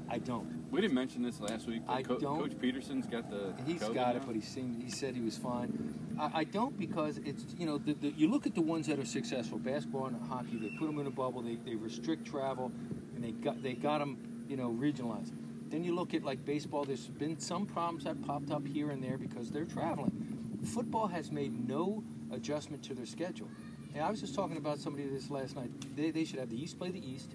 S3: I don't.
S2: We didn't mention this last week. but
S3: I don't-
S2: Coach Peterson's got the.
S3: He's
S2: COVID
S3: got it,
S2: now.
S3: but he seemed he said he was fine. I, I don't because it's you know the, the, you look at the ones that are successful, basketball and hockey. They put them in a bubble. They, they restrict travel, and they got they got them you know regionalized. Then you look at like baseball. There's been some problems that popped up here and there because they're traveling. Football has made no adjustment to their schedule. And I was just talking about somebody this last night. They, they should have the East play the East,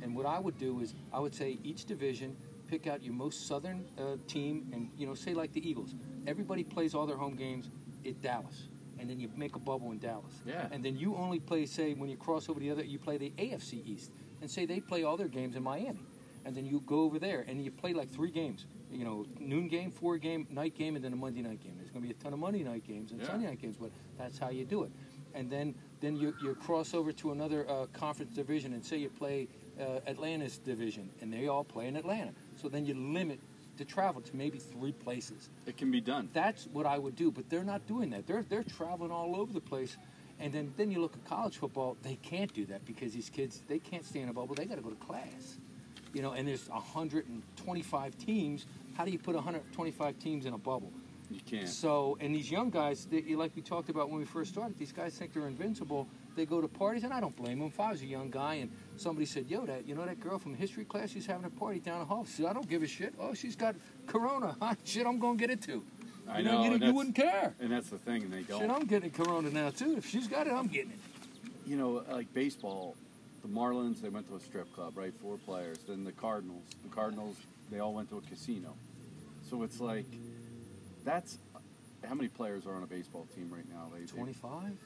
S3: and what I would do is I would say each division pick out your most southern uh, team, and you know say like the Eagles. Everybody plays all their home games at Dallas, and then you make a bubble in Dallas.
S2: Yeah.
S3: And then you only play say when you cross over the other, you play the AFC East, and say they play all their games in Miami, and then you go over there and you play like three games. You know, noon game, four game, night game, and then a Monday night game. There's going to be a ton of Monday night games and
S2: Yeah.
S3: Sunday night games, but that's how you do it. And then then you, you cross over to another uh, conference division and say you play uh, Atlanta's division, and they all play in Atlanta. So then you limit the travel to maybe three places.
S2: It can be done.
S3: That's what I would do, but they're not doing that. They're they're traveling all over the place, and then then you look at college football. They can't do that because these kids they can't stay in a bubble. They got to go to class, you know. And there's 125 teams. How do you put 125 teams in a bubble?
S2: You can't.
S3: So, and these young guys, they, like we talked about when we first started, these guys think they're invincible. They go to parties, and I don't blame them. If I was a young guy and somebody said, "Yo, that you know that girl from history class, she's having a party down the hall," she said, "I don't give a shit. Oh, she's got corona. Huh? Shit, I'm gonna get it too."
S2: I
S3: You
S2: know.
S3: you,
S2: and
S3: you
S2: that's-
S3: wouldn't care.
S2: And that's the thing. They
S3: Shit,
S2: don't.
S3: I'm getting corona now too. If she's got it, I'm getting it.
S2: You know, uh, like baseball, the Marlins, they went to a strip club, right? Four players. Then the Cardinals. The Cardinals, they all went to a casino. So it's like, that's. How many players are on a baseball team right now? They, they-
S3: Twenty-five.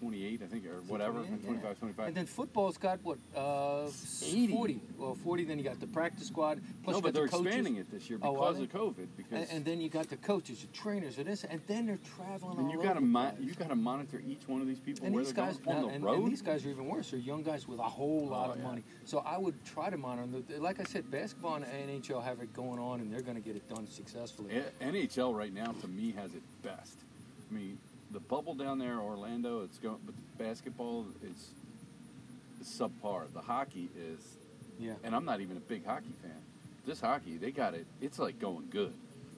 S2: 28, I think, or whatever,
S3: 28, yeah.
S2: 25, 25.
S3: And then football's got what uh,
S2: 80.
S3: 40. Well, 40. Then you got the practice squad. Plus
S2: no,
S3: you
S2: but
S3: got
S2: they're
S3: the coaches.
S2: expanding it this year
S3: Oh, are
S2: because
S3: they?
S2: of COVID. Because
S3: And, and then you got the coaches, the trainers, and this, and then they're traveling.
S2: and
S3: all
S2: you got to
S3: over
S2: mon- you got to monitor each one of these people
S3: and
S2: where
S3: these
S2: they're
S3: guys
S2: going
S3: now-
S2: on the
S3: and,
S2: road.
S3: and these guys are even worse. They're young guys with a whole lot
S2: Oh,
S3: of
S2: yeah.
S3: money. So I would try to monitor them. The- Like I said, basketball and NHL have it going on, and they're going to get it done successfully.
S2: A- NHL right now, to me, has it best. I mean, the bubble down there, Orlando, it's going, but basketball is subpar. The hockey is,
S3: Yeah.
S2: and I'm not even a big hockey fan. This hockey, they got it. It's like going good.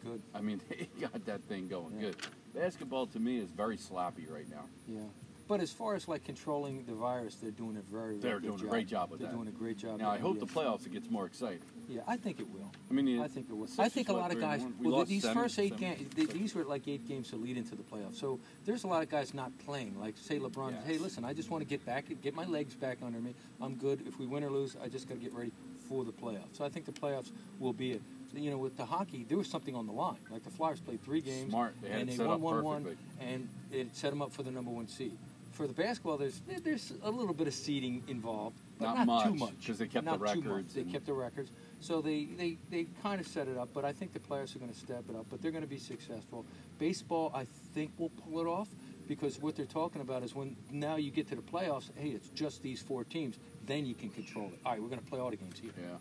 S3: Good.
S2: I mean, they got that thing going
S3: Yeah.
S2: good. Basketball to me is very sloppy right now.
S3: Yeah. But as far as like controlling the virus, they're doing a very, very
S2: They're
S3: good
S2: doing a great job with
S3: they're
S2: that.
S3: doing a great job.
S2: Now I
S3: The
S2: hope the
S3: NBA.
S2: playoffs it gets more exciting.
S3: Yeah, I think it will.
S2: I mean,
S3: I
S2: it-
S3: think it will.
S2: the
S3: I
S2: Sixers
S3: think a lot
S2: lost
S3: of guys.
S2: 31. We
S3: Well, th-
S2: lost
S3: these
S2: seven-
S3: first eight
S2: seven-
S3: games, th- these were like eight games to lead into the playoffs. So there's a lot of guys not playing. Like say LeBron,
S2: Yes.
S3: hey, listen, I just want to get back, get my legs back under me. I'm good. If we win or lose, I just got to get ready for the playoffs. So I think the playoffs will be it. You know, with the hockey, there was something on the line. Like the Flyers played three games,
S2: Smart. They had
S3: and
S2: it
S3: they
S2: set
S3: won
S2: up
S3: one one,
S2: perfectly.
S3: and it set them up for the number one seed. For the basketball, there's there's a little bit of seeding involved, but
S2: Not
S3: not, too
S2: much,
S3: much
S2: 'cause they kept the
S3: not too much.
S2: records
S3: They
S2: and-
S3: kept the records. So they, they, they kind of set it up, but I think the players are going to step it up, but they're going to be successful. Baseball, I think, will pull it off because what they're talking about is when now you get to the playoffs, hey, it's just these four teams, then you can control it. All right, we're going to play all the games here.
S2: Yeah.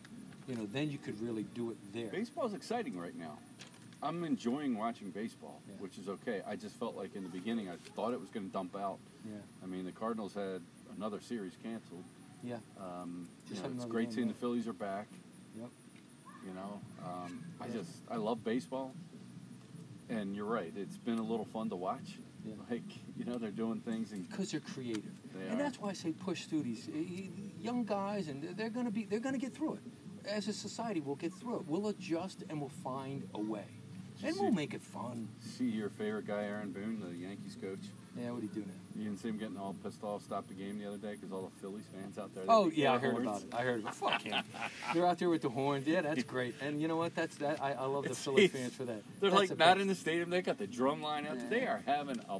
S3: You know, then you could really do it there.
S2: Baseball's exciting right now. I'm enjoying watching baseball,
S3: Yeah.
S2: which is okay. I just felt like in the beginning, I thought it was going to dump out.
S3: Yeah.
S2: I mean, the Cardinals had another series canceled.
S3: Yeah.
S2: Um, you
S3: Just
S2: know,
S3: had
S2: it's
S3: another
S2: great
S3: game,
S2: seeing
S3: yeah.
S2: the Phillies are back.
S3: Yep.
S2: You know, um, I
S3: Yeah.
S2: just I love baseball, and you're right. It's been a little fun to watch.
S3: Yeah.
S2: Like you know, they're doing things and
S3: Because they're creative.
S2: They
S3: and
S2: are.
S3: that's why I say push through these eh, eh, young guys, and they're- they're going to be they're going to get through it. As a society, we'll get through it. We'll adjust and we'll find a way,
S2: Did you
S3: and we'll
S2: see-
S3: make it fun.
S2: see your favorite guy, Aaron Boone, the Yankees coach.
S3: Yeah, what do you do now?
S2: You didn't see him getting all pissed off, stop the game the other day because all the Phillies fans out there.
S3: Oh
S2: they-
S3: yeah, I
S2: their
S3: heard about
S2: horns.
S3: it. I heard about Fuck him. They're out there with the horns. Yeah, that's great. And you know what? That's that. I, I love the
S2: It's-
S3: Philly
S2: it's-
S3: fans for that.
S2: They're
S3: That's
S2: like
S3: the
S2: not
S3: best.
S2: in the stadium. They got the drum line out. there. They are having a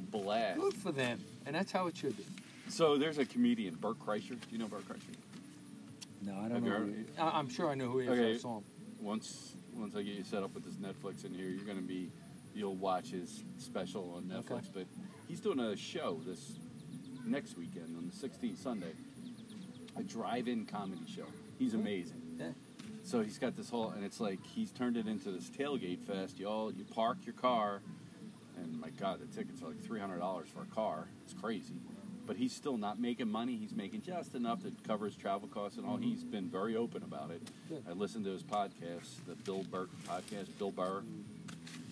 S2: blast.
S3: Good for them, and that's how it should be.
S2: So there's a comedian, Burt Kreischer. Do you know Burt Kreischer?
S3: No, I
S2: Have
S3: don't
S2: you
S3: know.
S2: ever-
S3: who he- I, I'm sure I know who he is.
S2: Okay.
S3: I saw him.
S2: Once once I get you set up with this Netflix in here, you're gonna be you'll watch his special on Netflix. But he's doing a show this next weekend on the 16th Sunday, a drive-in comedy show. He's amazing.
S3: Yeah.
S2: So he's got this whole, and it's like he's turned it into this tailgate fest. Y'all, you park your car, and my God, the tickets are like three hundred dollars for a car. It's crazy, but he's still not making money. He's making just enough to cover his travel costs and all. He's been very open about it.
S3: Good.
S2: I listened to his podcast, the Bill Burr podcast. Bill Burr.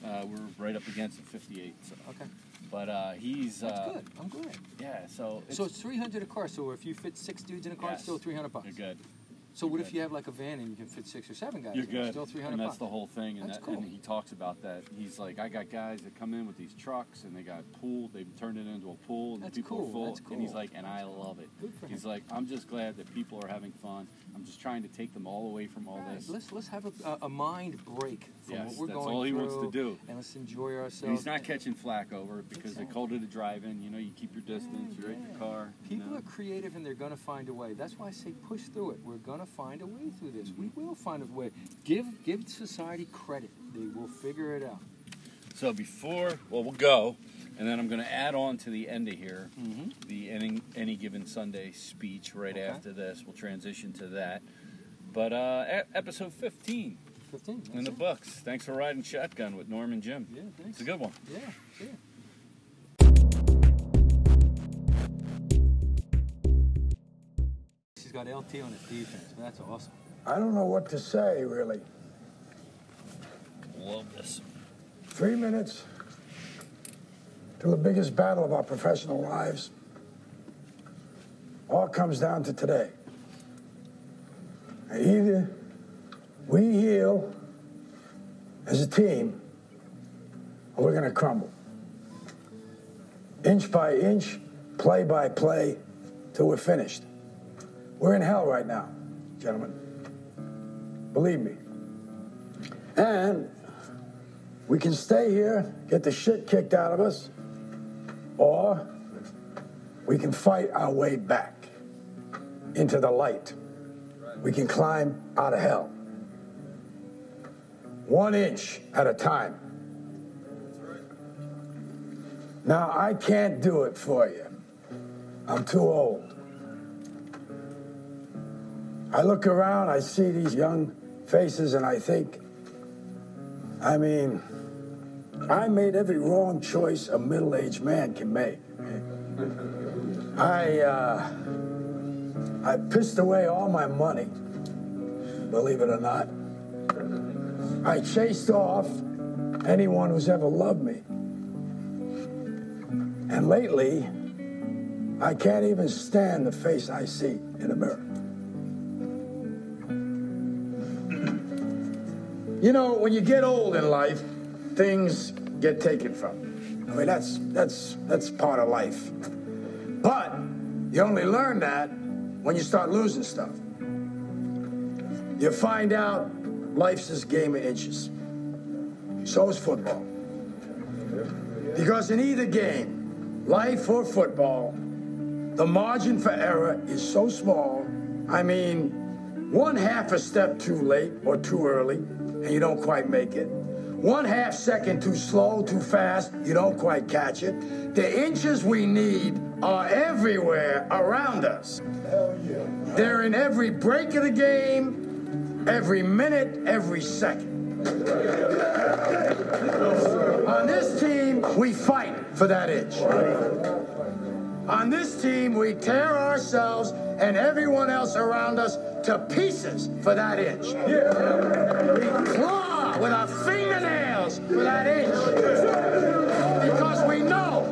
S2: Uh, we're right up against the fifty-eight. So.
S3: Okay,
S2: But uh, he's
S3: that's
S2: uh,
S3: good. I'm glad.
S2: Yeah. So
S3: So it's 300 a car. So if you fit six dudes in a car, it's
S2: Yes.
S3: still 300 bucks.
S2: you're good.
S3: So what if
S2: good.
S3: you have like a van and you can fit six or seven guys?
S2: You're
S3: in it? It's
S2: good.
S3: Still 300
S2: and that's
S3: bucks.
S2: the whole thing. And,
S3: That's
S2: that,
S3: cool.
S2: and he talks about that. He's like, I got guys that come in with these trucks and they got pool. They've turned it into a pool and the
S3: That's
S2: people
S3: cool.
S2: are full.
S3: That's
S2: And he's
S3: cool.
S2: like, and I love it.
S3: Good for
S2: he's
S3: him.
S2: like, I'm just glad that people are having fun. I'm just trying to take them all away from all
S3: Right,
S2: this.
S3: Let's let's have a, a, a mind break from
S2: Yes,
S3: what we're
S2: that's
S3: going
S2: all he
S3: through,
S2: wants to do.
S3: and let's enjoy ourselves.
S2: And he's not
S3: And
S2: catching flack over it because they called it a drive-in. You know, you keep your distance. you're at
S3: yeah.
S2: your car. you
S3: People
S2: know.
S3: are creative and they're going to find a way. That's why I say push through it. We're going to find a way through this. We will find a way. Give give society credit. They will figure it out.
S2: So before, well, we'll go, and then I'm going to add on to the end of here the any, any given Sunday speech right
S3: Mm-hmm. Okay.
S2: after this. We'll transition to that. But uh, e- episode 15
S3: Fifteen.
S2: in
S3: that's
S2: the
S3: it.
S2: books. Thanks for riding shotgun with Norm and Jim.
S3: Yeah,
S2: It's
S3: thanks.
S2: a good one.
S3: Yeah, yeah. She's got LT on his defense. That's awesome.
S11: I don't know what to say, really.
S2: Love this.
S11: Three minutes to the biggest battle of our professional lives. All comes down to today. Either we heal as a team, or we're going to crumble. Inch by inch, play by play, till we're finished. We're in hell right now, gentlemen. Believe me. And we can stay here, get the shit kicked out of us, or We can fight our way back into the light. We can climb out of hell. One inch at a time. Now, I can't do it for you. I'm too old. I look around, I see these young faces, and I think, I mean, I made every wrong choice a middle aged man can make. I, uh, I pissed away all my money, believe it or not. I chased off anyone who's ever loved me. And lately, I can't even stand the face I see in the mirror. You know, when you get old in life, things get taken from you. I mean, that's that's that's part of life. But you only learn that when you start losing stuff. You find out life's this game of inches. So is football. Because in either game, life or football, the margin for error is so small. I mean, one half a step too late or too early, and you don't quite make it. One half second too slow, too fast, you don't quite catch it. The inches we need are everywhere around us. They're in every break of the game, every minute, every second. On this team, we fight for that inch. On this team, we tear ourselves and everyone else around us to pieces for that inch. We claw with our fingernails for that inch. Because we know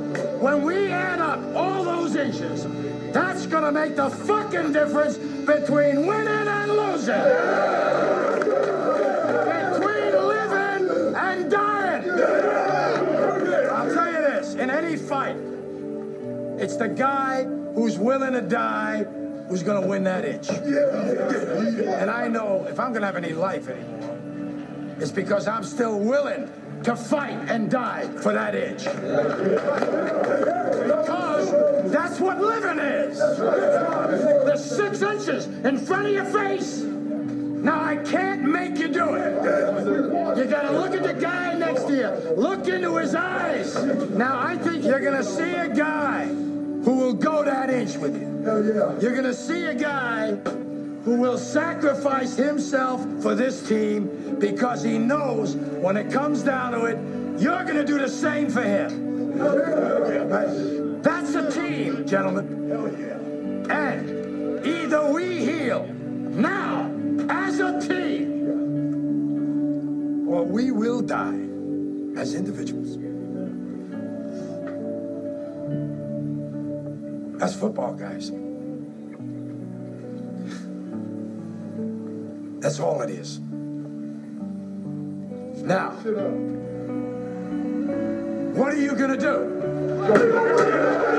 S11: when we add up all those inches, that's gonna make the fucking difference between winning and losing. Between living and dying. I'll tell you this in any fight, it's the guy who's willing to die who's gonna win that itch. And I know if I'm gonna have any life anymore, it's because I'm still willing to fight and die for that itch. Because that's what living is. The six inches in front of your face. Now I can't make you do it. You gotta look at the guy next to you. Look into his eyes. Now I think you're gonna see a guy who will go that inch with you. You're gonna see a guy who will sacrifice himself for this team because he knows when it comes down to it, you're gonna do the same for him. Right? That's a team, gentlemen. And either we heal now as a team, or we will die as individuals. That's football, guys. That's all it is. Now, what are you going to do?